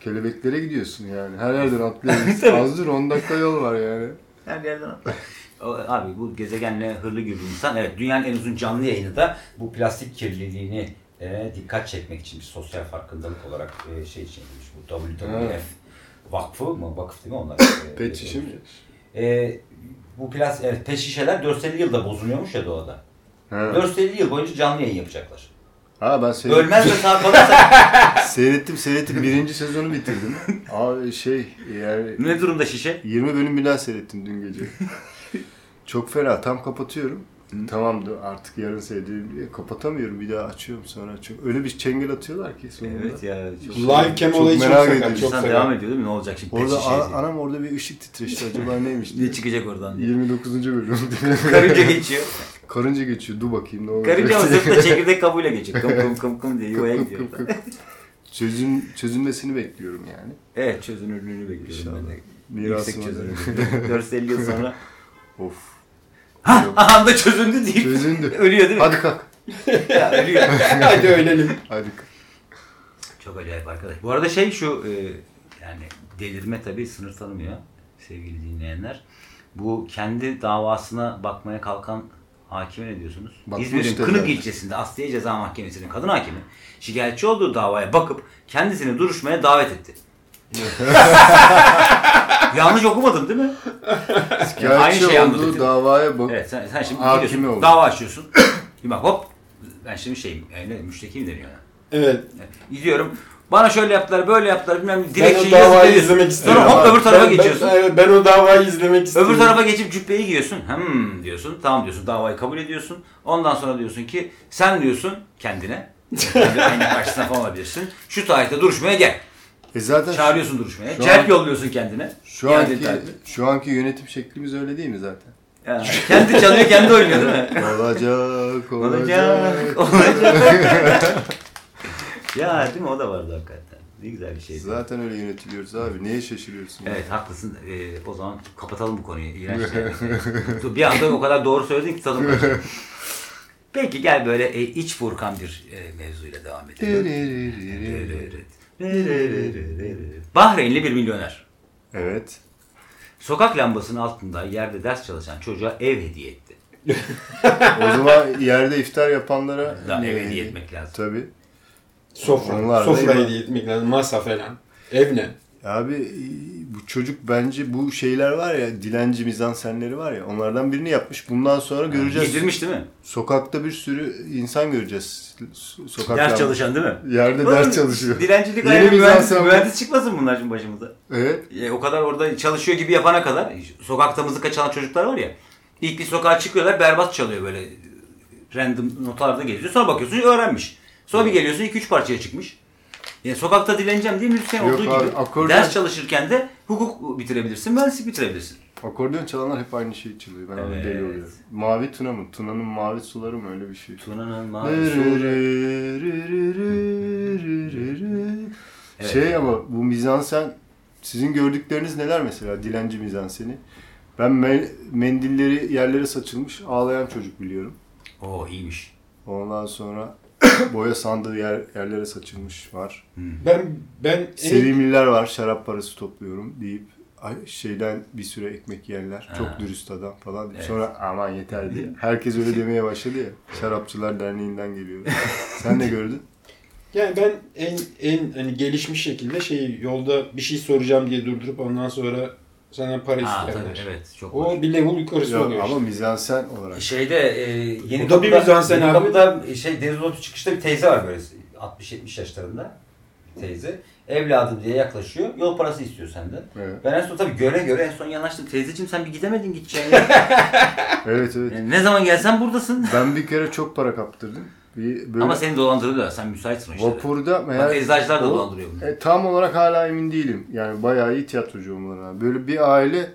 kelebeklere gidiyorsun yani. Her yerden atlıyorsun. Az dur 10 dakika yol var yani.
Her yerden atlar. Abi bu gezegenle hırlı gibi insan. Evet dünyanın en uzun canlı yayını da.
Da bu plastik kirliliğini e, dikkat çekmek için bir sosyal farkındalık olarak e, şey için yapılmış. Bu WWF vakfı mı? Vakıf değil mi onlar? E,
Pet şişe mi?
E, bu plastik, evet, pet şişeler 450 yılda bozuluyormuş ya doğada.
Ha.
450 yıl boyunca canlı yayın yapacaklar.
ha ben
Şey-
seyrettim.
Ölmez ve sağ kalırsa
seyrettim seyrettim. Birinci sezonu bitirdim. Abi şey yani
Ne durumda şişe?
20 bölüm bir daha seyrettim dün gece. Çok fena. Tam kapatıyorum. Tamamdır artık yarın seyredelim diye. Kapatamıyorum bir daha açıyorum sonra çok Öyle bir çengel atıyorlar ki sonunda.
Evet ya. Çok
Live cam
Çok
olayı çok
merak
sakat.
ediyorum.
Çok
İnsan
sakat.
devam ediyor değil mi? Ne olacak şimdi? Orada
Orada
şişe.
a- anam orada bir ışık titreşti acaba neymiş diye.
şey ne çıkacak oradan? diye.
29. bölüm.
Karınca geçiyor.
Karınca geçiyor. Dur bakayım ne olacak.
Karınca ama sırtta çekirdek kabuğuyla geçiyor. Kım kım kım kım diye yuvaya
Kıp,
gidiyor.
kıp, kıp. Çözüm, çözülmesini bekliyorum yani.
Evet çözünürlüğünü bekliyorum ben de. Yüksek
Mirasıma
çözünürlüğü.
da-
450 yıl sonra.
Of.
Aha da çözündü deyip
Çözündü.
ölüyor değil mi?
Hadi kalk.
Ya, ölüyor.
Hadi ölelim.
Hadi kalk.
Çok acayip arkadaş. Bu arada şey şu e, yani delirme tabii sınır tanımıyor sevgili dinleyenler. Bu kendi davasına bakmaya kalkan hakime ne diyorsunuz?
Bakmış
İzmir'in
dediler.
Kınık ilçesinde Asliye Ceza Mahkemesi'nin kadın hakimi şikayetçi olduğu davaya bakıp kendisini duruşmaya davet etti. Yanlış okumadım değil mi? Yani aynı
Gerçi
şeyi
olduğu
anlatıyor.
davaya bak.
Evet sen, sen şimdi
Hakimi
gidiyorsun,
oldu.
dava açıyorsun. Bir bak hop ben şimdi şeyim yani ne, müştekiyim deniyor. ona.
Evet.
Gidiyorum. Bana şöyle yaptılar, böyle yaptılar bilmem ne.
Ben
Direkt
o
şeyi yazıp
davayı
veriyorsun.
izlemek istiyorum.
Sonra hop
abi.
öbür tarafa
Ben- ben-
geçiyorsun.
evet, Ben o davayı izlemek istiyorum.
öbür tarafa geçip cübbeyi giyiyorsun. Hmm diyorsun. Tamam diyorsun. Davayı kabul ediyorsun. Ondan sonra diyorsun ki sen diyorsun kendine. kendi kendi karşısına falan olabilirsin. Şu tarihte duruşmaya gel.
E zaten şu-
Çağırıyorsun duruşmaya.
Şu
Celp
an-
yolluyorsun kendine.
şu
İade
anki
tarzı.
şu anki yönetim şeklimiz öyle değil mi zaten?
Ya, kendi çalıyor, kendi oynuyor değil mi?
Olacak, olacak.
Olacak, olacak. ya değil mi? O da vardı hakikaten. Ne güzel bir şeydi.
Zaten öyle yönetiliyoruz abi. Neye şaşırıyorsun?
Evet haklısın. Ee, o zaman kapatalım bu konuyu. İğrenç yani. bir anda o kadar doğru söyledin ki tadım kaçtı. Peki gel böyle e, iç burkan bir e, mevzuyla devam edelim. Bahreynli bir milyoner.
Evet.
Sokak lambasının altında yerde ders çalışan çocuğa ev hediye etti.
O zaman yerde iftar yapanlara
Daha
ne
eve
vereyim?
hediye etmek lazım.
Tabii.
Sofra.
Onlar da
Sofra
eyvah.
hediye etmek lazım. Masa falan. Ev ne?
Abi e, bu çocuk bence bu şeyler var ya dilenci mizansenleri var ya onlardan birini yapmış. Bundan sonra göreceğiz.
Giydirmiş değil mi?
Sokakta bir sürü insan göreceğiz. So- Sokakta.
Ders çalışan değil mi?
Yerde
Oğlum,
ders çalışıyor.
Dilencilik
Yeni
ayrı
bir
mühendis,
zaten bu.
mühendis çıkmasın bunlar şimdi başımıza.
Evet.
E, o kadar orada çalışıyor gibi yapana kadar sokakta mızıka çalan çocuklar var ya. İlk bir sokağa çıkıyorlar berbat çalıyor böyle e, random notalarda geziyor. Sonra bakıyorsun öğrenmiş. Sonra bir geliyorsun 2-3 parçaya çıkmış. Yani sokakta dileneceğim diye müzisyen
Yok
olduğu
abi,
gibi
akordeon-
ders çalışırken de hukuk bitirebilirsin, mühendislik bitirebilirsin.
Akordeon çalanlar hep aynı şeyi çalıyor. Ben ona deli
Evet.
oluyorum. Mavi tuna mı? Tuna'nın mavi suları mı? Öyle bir şey.
Tuna'nın Evet.
Şey ama bu mizansen sizin gördükleriniz neler mesela dilenci mizanseni? Ben me- mendilleri yerlere saçılmış ağlayan çocuk biliyorum.
Oo iyiymiş.
Ondan sonra boya sandığı yer, yerlere saçılmış var.
Ben ben
E-
en,
Sevimliler var şarap parası topluyorum deyip ay- şeyden bir süre ekmek yerler. Çok
Ha.
dürüst adam falan. deyip
Evet.
Sonra aman yeter diye. Herkes öyle demeye başladı ya. Şarapçılar Derneği'nden geliyor. Sen ne gördün?
yani ben en en hani gelişmiş şekilde şey yolda bir şey soracağım diye durdurup ondan sonra sana para
Ha, tabii,
isteyenler.
evet çok var.
O bir level yukarısı
Ya,
oluyor.
ama
işte.
mizansen olarak.
Şeyde e,
Yeni
Bu da bir
kapıda,
mizansen
yeni
abi.
kapıda şey Deniz Otu çıkışta bir teyze var böyle 60-70 yaşlarında bir teyze. Evladım diye yaklaşıyor. Yol parası istiyor senden.
Evet.
Ben en son tabii göre göre en
en
son
son yanaştım. Teyzeciğim sen bir gidemedin gideceğin yere.
Evet evet.
Yani ne zaman gelsen buradasın.
Ben bir kere çok para kaptırdım. Bir böyle
Ama seni dolandırıyorlar. Sen müsaitsin o işlere.
vapurda meğer...
Bak eczacılar da
O-
dolandırıyor bunu.
E, tam olarak hala emin değilim. Yani bayağı iyi tiyatrocu olmaları lazım. Böyle bir aile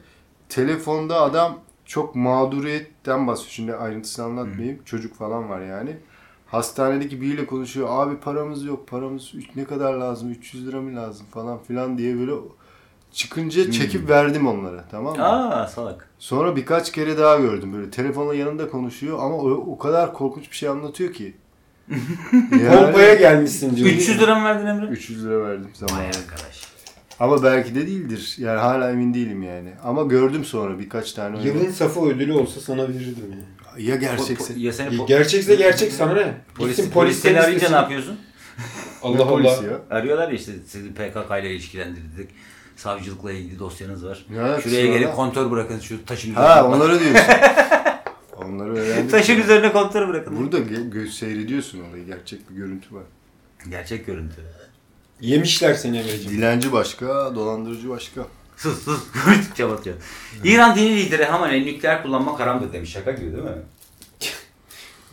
telefonda adam çok mağduriyetten bahsediyor. Şimdi ayrıntısını anlatmayayım. Çocuk falan var yani. Hastanedeki biriyle konuşuyor. Abi paramız yok. Paramız üç- ne kadar lazım? 300 lira mı lazım falan filan diye böyle çıkınca çekip verdim onlara. Tamam mı?
Aa salak.
Sonra birkaç kere daha gördüm böyle telefonla yanında konuşuyor ama o, o kadar korkunç bir şey anlatıyor ki.
Pompaya gelmişsin diyor.
300 lira mı verdin Emre?
300 lira verdim
Vay
zamanında.
arkadaş.
Ama belki de değildir. Yani hala emin değilim yani. Ama gördüm sonra birkaç tane öyle.
Yılın safı ödülü olsa sana verirdim yani.
Ya
Po-
gerçekse.
po- ya seni po-
Gerçekse gerçek sana ne?
polis,
Gitsin
polis seni
polisten
arayınca ne
istesin.
yapıyorsun?
Allah
Ne polisi
Allah.
ya?
Arıyorlar ya işte sizi PKK ile ilişkilendirdik. Savcılıkla ilgili dosyanız var.
Ne alakası
Şuraya
var
gelip
lan?
kontör bırakın şu taşın
Ha
üzerine.
onları diyorsun. onları öğrendik.
Taşın üzerine kontör bırakın.
Burada gö- gö- seyrediyorsun olayı. Gerçek bir görüntü var.
Gerçek görüntü.
Yemişler seni Emre'ciğim.
Dilenci başka, dolandırıcı başka.
Sus sus. Çabatıyor. İran dini lideri Hamaney nükleer kullanmak haramdır demiş.
demiş şaka gibi değil mi?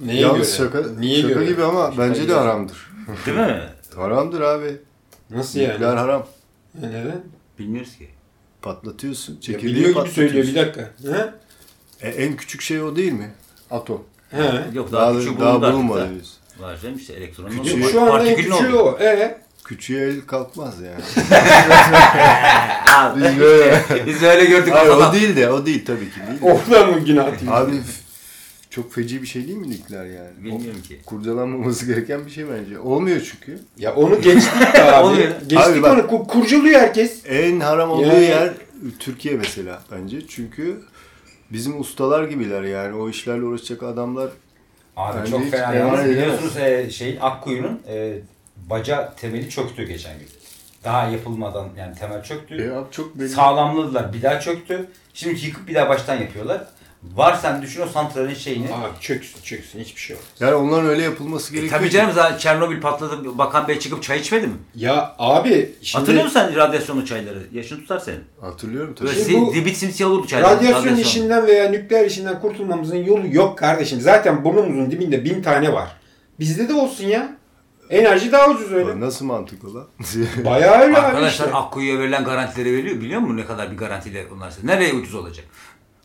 Neye
Yalnız
göre?
şaka,
Niye
şaka
göre?
gibi ama bence de
gibi.
haramdır.
Değil mi?
Haramdır abi.
Nasıl yani?
Nükleer haram.
Ya Neden?
Bilmiyoruz ki.
Patlatıyorsun.
Ya
Çekirdeği
biliyor gibi
patlatıyorsun.
söylüyor bir dakika. Ha?
E, en küçük şey o değil mi? Atom.
Ha.
Yok daha,
Daha,
küçüğü
daha,
bulundu artık
bulunmadı
da.
biz.
Var canım işte elektronun
Küçüğü-
oldu.
Şu anda en
Partikülün
küçüğü
oldu.
o. Ee?
Küçüğe el kalkmaz yani.
Abi,
Biz böyle-
Biz öyle gördük.
Hayır
kafadan.
o değil de o değil tabii ki değil. de.
Oradan mı günah atayım?
Abi f- çok feci bir şey değil mi nükleer yani?
Bilmiyorum ki.
O, kurcalanmaması gereken bir şey bence. Olmuyor çünkü.
Ya onu geçtik de abi.
Oluyor.
geçtik
Abi bak-
onu. Ku- Kurcalıyor herkes.
En haram olduğu
Yani-
yer Türkiye mesela bence. Çünkü bizim ustalar gibiler yani. O işlerle uğraşacak adamlar
Abi
Bence
çok
hiç
fena.
devam
Yalnız
edemez.
biliyorsunuz e, şey Akkuyu'nun e, baca temeli çöktü geçen gün. Daha yapılmadan yani temel çöktü.
e, abi çok belli.
Sağlamladılar bir daha çöktü. Şimdi yıkıp bir daha baştan yapıyorlar. Var sen düşün o santralin şeyini.
Abi çöksün çöksün hiçbir şey yok.
Yani onların öyle yapılması
E
gerekiyor.
tabii
ki.
canım zaten Çernobil patladı. Bakan Bey çıkıp çay içmedi mi?
Ya abi şimdi
Hatırlıyor musun sen radyasyonlu çayları? Yaşın tutar senin.
Hatırlıyorum tabii.
Böyle
Şimdi
si-
bu-
dibit simsiyah olurdu çaylar.
radyasyon işinden veya nükleer işinden kurtulmamızın yolu yok kardeşim. Zaten burnumuzun dibinde bin tane var. Bizde de olsun ya. Enerji daha ucuz öyle.
Nasıl mantıklı lan?
Bayağı öyle abi
Arkadaşlar
işte.
Akkuyu'ya verilen garantileri veriyor. Biliyor musun ne kadar bir garantiyle onlar size? Nereye ucuz olacak?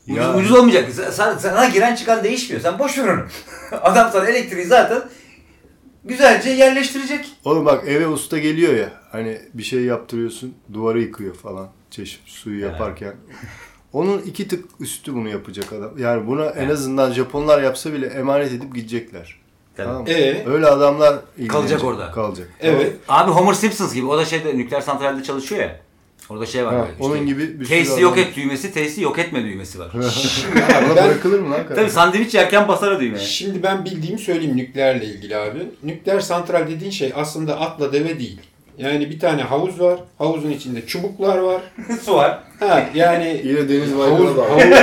Ucuz,
Ya-
ucuz olmayacak.
Sa- sa- Sana giren çıkan değişmiyor. Sen boş ver onu. Adam sana elektriği zaten güzelce yerleştirecek.
Oğlum bak eve usta geliyor ya hani bir şey yaptırıyorsun duvarı yıkıyor falan çeşit suyu yaparken. Onun iki tık üstü bunu yapacak adam. Yani buna en azından Japonlar yapsa bile emanet edip gidecekler.
Tabii.
Tamam mı?
Ee?
Öyle adamlar ilgilenecek,
Kalacak orada.
Kalacak.
Evet.
Abi Homer Simpsons gibi. O da şeyde nükleer santralde çalışıyor ya. Orada şey var
Ha,
böyle.
onun
işte,
gibi
şey
bir
Tesisi
sürü
yok
adam-
et düğmesi, tesisi yok etme düğmesi var.
Ona
Ben-
bırakılır mı lan
Tabii
kardeşim?
sandviç yerken basar o düğmeye.
Şimdi ben bildiğimi söyleyeyim nükleerle ilgili abi. Nükleer santral dediğin şey aslında atla deve değil. Yani bir tane havuz var. Havuzun içinde çubuklar var.
Su var.
Ha yani
Yine deniz bayrağı
havuz,
da
havuz,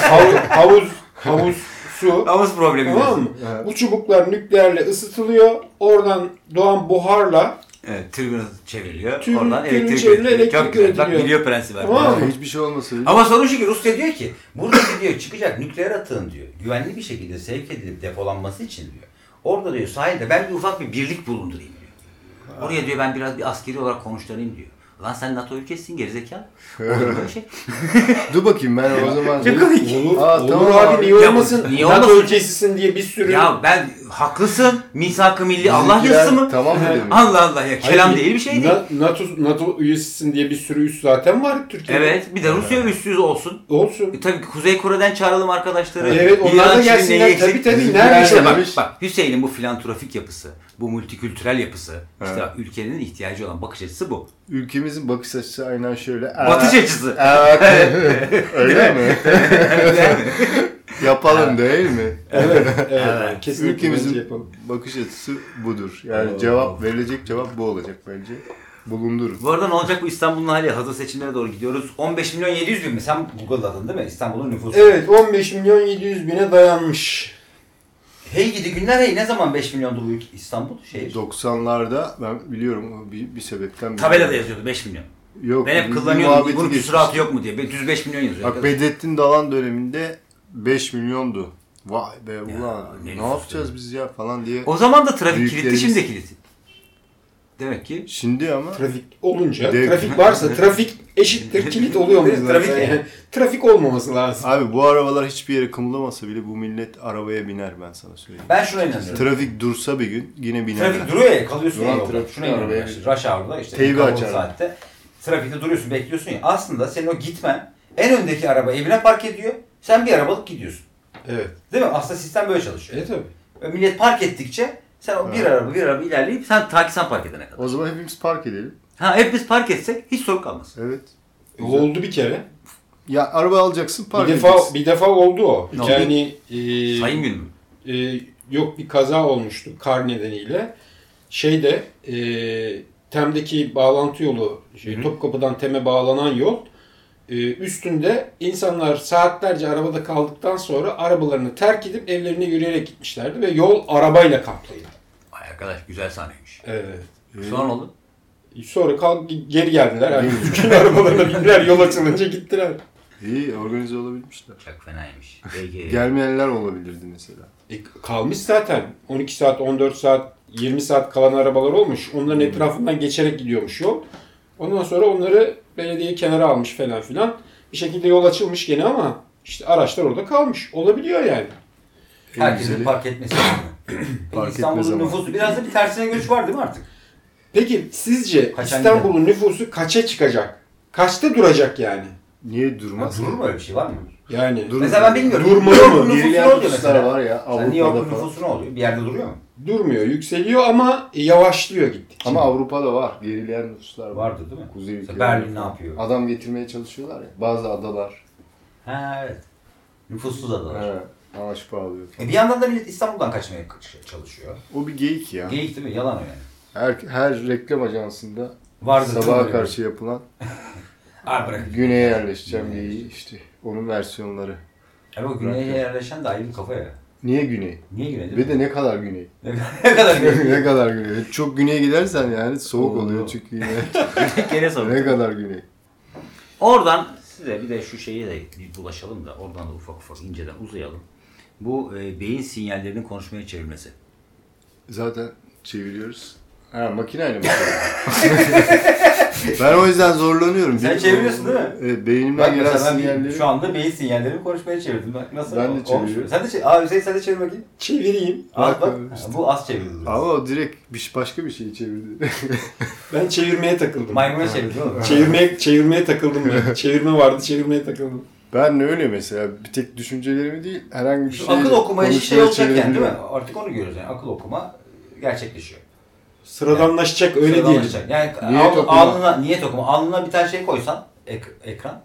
havuz, havuz, havuz, su.
Havuz problemi
Tamam mı?
diyorsun.
Evet.
Bu çubuklar nükleerle ısıtılıyor. Oradan doğan buharla
Evet, tribünü çevriliyor.
Tüm-
Oradan
tüm
elektrik
çevre
üretiliyor.
elektrik
Çok güzel. Bak
üretiliyor.
biliyor prensibi. var.
Tamam.
Yani hiçbir şey olmasa
Ama sorun şu ki Rusya diyor ki burada diyor çıkacak nükleer atığın diyor güvenli bir şekilde sevk edilip depolanması için diyor. Orada diyor sahilde ben bir ufak bir birlik bulundurayım diyor. Oraya diyor ben biraz bir askeri olarak konuşturayım diyor. Lan sen NATO ülkesisin gerizekalı. Olur mu öyle şey?
dur bakayım ben o zaman.
Çok komik.
olur,
Aa,
olur
tamam
abi,
abi.
niye
Ya,
olmasın?
niye
NATO
olmasın?
ülkesisin diye bir sürü
Ya ben haklısın. Misak-ı milli Allah
Bizimkiler
yazısı mı?
Tamam mı demiş?
Allah Allah ya kelam
Hayır,
değil bir şey değil.
Na- NATO, NATO üyesisin diye bir sürü üs zaten var Türkiye'de.
Evet bir de Rusya üstüyüz olsun.
Olsun.
E, tabii ki Kuzey Kore'den çağıralım arkadaşları.
Evet, onlar da
İran, Çin,
gelsinler.
neyi eksik-
Tabii, tabii.
Bizimkiler
Nerede şey
işte bak,
şey demiş?
bak Hüseyin'in bu filantrofik yapısı, bu multikültürel yapısı, işte
Evet.
ülkenin ihtiyacı olan bakış açısı bu.
Ülkemizin bakış açısı aynen şöyle. Ee,
Batış açısı.
ee, Öyle mi?
Değil mi?
Yapalım değil mi?
Evet. evet. Kesinlikle bence
Ülkemizin
yapalım.
bakış açısı budur. Yani
Oo.
cevap verilecek cevap bu olacak bence. Bulundurun.
bu arada ne olacak bu İstanbul'un hali? Hazır seçimlere doğru gidiyoruz.
15 milyon 700 bin mi? Sen Google'ladın değil mi? İstanbul'un nüfusu.
Evet 15 milyon 700 bine dayanmış.
Hey gidi günler hey ne zaman 5 milyondu bu ülke- İstanbul
şey,
şehir?
90'larda ben biliyorum bir, bir sebepten.
Tabelada
biliyorum.
yazıyordu 5 milyon.
Yok.
Ben hep
bir- bir
kullanıyordum.
muhabbeti
Bunun
geçmiş.
küsuratı yok mu diye. Ben Düz 5 milyon yazıyor.
Bak Bedrettin Dalan döneminde 5 milyondu. Vay be ulan
ne
ne,
nüfus
yapacağız biz ya falan diye.
O zaman da trafik kilitli
Büyüklerimiz-
şimdi de kilitli. Demek ki
Şimdi ama
Trafik olunca,
Dev-
trafik varsa trafik eşittir kilit oluyor mu? zaten?
Trafik-
Yani trafik olmaması lazım.
abi bu arabalar hiçbir yere kımıldamasa bile bu millet arabaya biner ben sana söyleyeyim.
Ben şuna inanıyorum.
Trafik dursa bir gün yine binerler.
Trafik duruyor ya kalıyorsun ya
Duran
yolda.
trafik
Şuna inanıyorum
arabaya
ben şimdi. Rush hour'da işte.
Teybi
kapalı
açar.
Saatte. Trafikte duruyorsun bekliyorsun ya. Aslında senin o gitmen en öndeki araba evine park ediyor. Sen bir arabalık gidiyorsun.
Evet.
Değil mi? Aslında sistem böyle çalışıyor.
E tabii.
Ve Millet park ettikçe sen o bir araba bir araba ilerleyip sen ta ki sen park edene kadar.
O zaman hepimiz park edelim.
ha hep biz park etsek hiç sorun kalmaz.
Evet.
E, Oldu bir kere.
Ya araba alacaksın park
bir defa
edeceksin.
bir defa oldu o.
Ne oldu?
yani
Ee,
e,
Sayın Gül mü?
e, yok bir kaza olmuştu kar nedeniyle. Şeyde e, Tem'deki bağlantı yolu, şey, Topkapı'dan Tem'e bağlanan yol e, üstünde insanlar saatlerce arabada kaldıktan sonra arabalarını terk edip evlerine yürüyerek gitmişlerdi ve yol arabayla kaplıydı.
Ay arkadaş güzel sahneymiş.
Evet.
Ee,
Sonra ne oldu?
Sonra kalk, geri geldiler. Yani bütün arabalarına bindiler. Yol açılınca gittiler.
İyi organize olabilmişler.
Çok fenaymış. Peki.
Gelmeyenler olabilirdi mesela.
E, kalmış zaten. 12 saat, 14 saat, 20 saat kalan arabalar olmuş. Onların etrafından geçerek gidiyormuş yol. Ondan sonra onları belediye kenara almış falan filan. Bir şekilde yol açılmış gene ama işte araçlar orada kalmış. Olabiliyor yani.
En
Herkesin
güzeli-
park etmesi. Peki
Park etme
İstanbul'un
zamanı.
nüfusu biraz da bir tersine göç var değil mi artık?
Peki sizce
Kaçan
İstanbul'un nüfusu kaça çıkacak? Kaçta duracak yani?
Niye
Ya
durmaz?
durur mu öyle bir şey var mı?
Yani
Dur-
Mesela ben bilmiyorum.
Durmalı
New
mı?
York'un nüfusu ne
Gerileyen
oluyor
nüfuslar
mesela?
var ya
Sen New York'un
Avrupa'da falan.
nüfusu ne oluyor? Bir yerde duruyor mu?
durmuyor, yükseliyor ama yavaşlıyor gittikçe.
Ama Avrupa'da var. Gerileyen nüfuslar var.
Vardı değil mi?
Kuzey
Mesela
ülkeleri.
Berlin ne yapıyor?
Adam getirmeye çalışıyorlar ya. Bazı adalar.
Ha evet. Nüfussuz adalar.
He. Maaş pahalıyor.
E bir yandan da millet İstanbul'dan kaçmaya çalışıyor.
O bir geyik ya.
Geyik değil mi? Yalan o yani.
Her, her reklam ajansında
Vardır. değil mi
sabaha
böyle bir-
karşı yapılan
Aa bırak.
güneye yerleşeceğim geyiği işte. onun versiyonları.
Abi o güneye yerleşen de ayrı bir kafa ya.
Niye güney?
Niye güney değil
Ve
mi?
de ne kadar güney?
ne kadar güney?
ne kadar güney? Çok güneye gidersen yani soğuk
Oo.
oluyor çünkü yine.
Gene sorun.
ne kadar güney?
Oradan size bir de şu şeyi de bir bulaşalım da oradan da ufak ufak inceden uzayalım. Bu e, beyin sinyallerinin konuşmaya çevrilmesi.
Zaten çeviriyoruz. Ha makineyle mi? ben o yüzden zorlanıyorum.
Sen çeviriyorsun değil mi?
Evet, beynimden
Bak
gelen
mesela ben
sinyalleri.
şu anda beyin sinyallerini konuşmaya çevirdim. Bak nasıl
Ben de
olmuş?
çeviriyorum.
Sen de çevir. Abi Hüseyin sen de çevir bakayım.
Çevireyim.
Bak,
Bak,
bak.
işte.
Bu az çevirdi. biraz.
Ama o direkt bir, başka bir şey çevirdi.
Ben çevirmeye takıldım.
Maymuna çevirdi oğlum.
Çevirmeye, çevirmeye takıldım ben. Çevirme vardı, çevirmeye takıldım.
ben öyle mesela bir tek düşüncelerimi değil herhangi bir
Şu
şey
akıl okumaya şey
konuşmaya
olacak yani değil mi?
çevirebiliyorum.
Artık onu görüyoruz yani. Akıl okuma gerçekleşiyor.
Sıradanlaşacak öyle diyelim.
Sıradanlaşacak. Yani
Niyet
al-
okuma.
alnına niyet okuma. Alnına bir tane şey koysan ek- ekran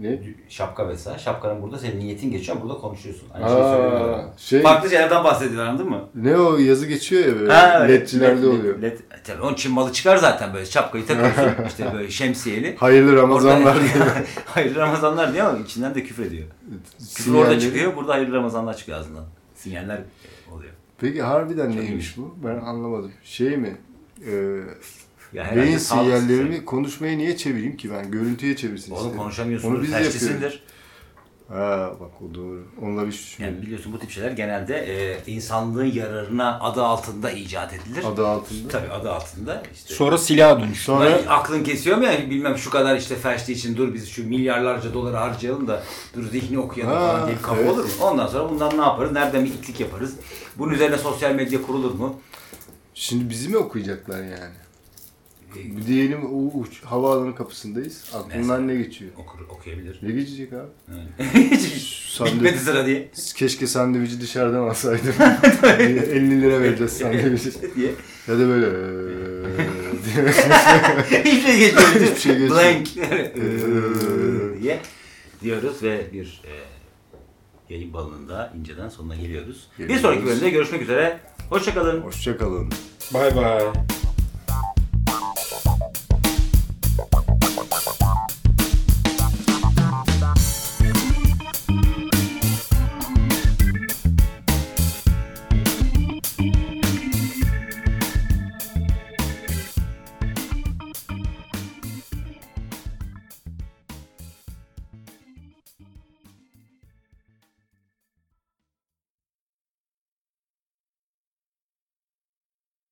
Ne?
şapka mesela. Şapkanın burada senin niyetin geçiyor ama burada konuşuyorsun. Aynı şeyi
Aa,
söylüyorlar.
şey,
Farklı şeylerden bahsediyorlar anladın mı?
ne o yazı geçiyor ya böyle.
Ha,
E
ledcilerde
led-
E oluyor.
led- tabii onun için malı çıkar zaten böyle şapkayı takıyorsun işte böyle şemsiyeli.
Hayırlı Ramazanlar.
Orada- hayırlı Ramazanlar diyor ama içinden de küfür ediyor. Küfür orada
sinyalleri.
çıkıyor, burada hayırlı Ramazanlar çıkıyor ağzından. Sinyaller oluyor.
Peki harbiden
Çok
neymiş
iyiymiş.
bu? Ben anlamadım. Şey mi? Ee,
Ya herhalde
beyin
sağlık
sinyallerimi konuşmaya niye çevireyim ki ben? Görüntüye çevirsin
sistemi. Oğlum
isterim.
konuşamıyorsunuz.
Onu biz
Tersisindir.
Ha bak o doğru. Onunla
Yani
bir şey düşünmedim.
biliyorsun bu tip şeyler genelde e, insanlığın yararına adı altında icat edilir.
Adı altında.
Tabii adı altında. işte.
Sonra silaha dönüş.
Ulan
Sonra
aklın kesiyor mu ya bilmem şu kadar işte felçli için dur biz şu milyarlarca doları harcayalım da dur zihni okuyalım
Ha,
falan diye bir kafa
evet.
olur mu? Ondan sonra bundan ne yaparız? Nereden bir itlik yaparız? Bunun üzerine sosyal medya kurulur mu?
şimdi bizi mi okuyacaklar yani?
Ee,
Bir diyelim o uç, havaalanı kapısındayız. Aklından ne geçiyor?
okur, okuyabilir.
Ne geçecek abi?
Bitmedi
Sandviç.
sıra diye.
Keşke sandviçi dışarıdan alsaydım. Diye 50 lira vereceğiz sandviçi.
diye.
Ya da böyle eee, diye.
Hiçbir şey geçmiyor.
Hiçbir şey geçmiyor.
Blank. Ee, diye diyoruz ve bir e, yayın balonunda inceden sonuna geliyoruz. Bir
Geliyoruz.
sonraki bölümde görüşmek üzere. Hoşçakalın.
Hoşça kalın.
Bay bay.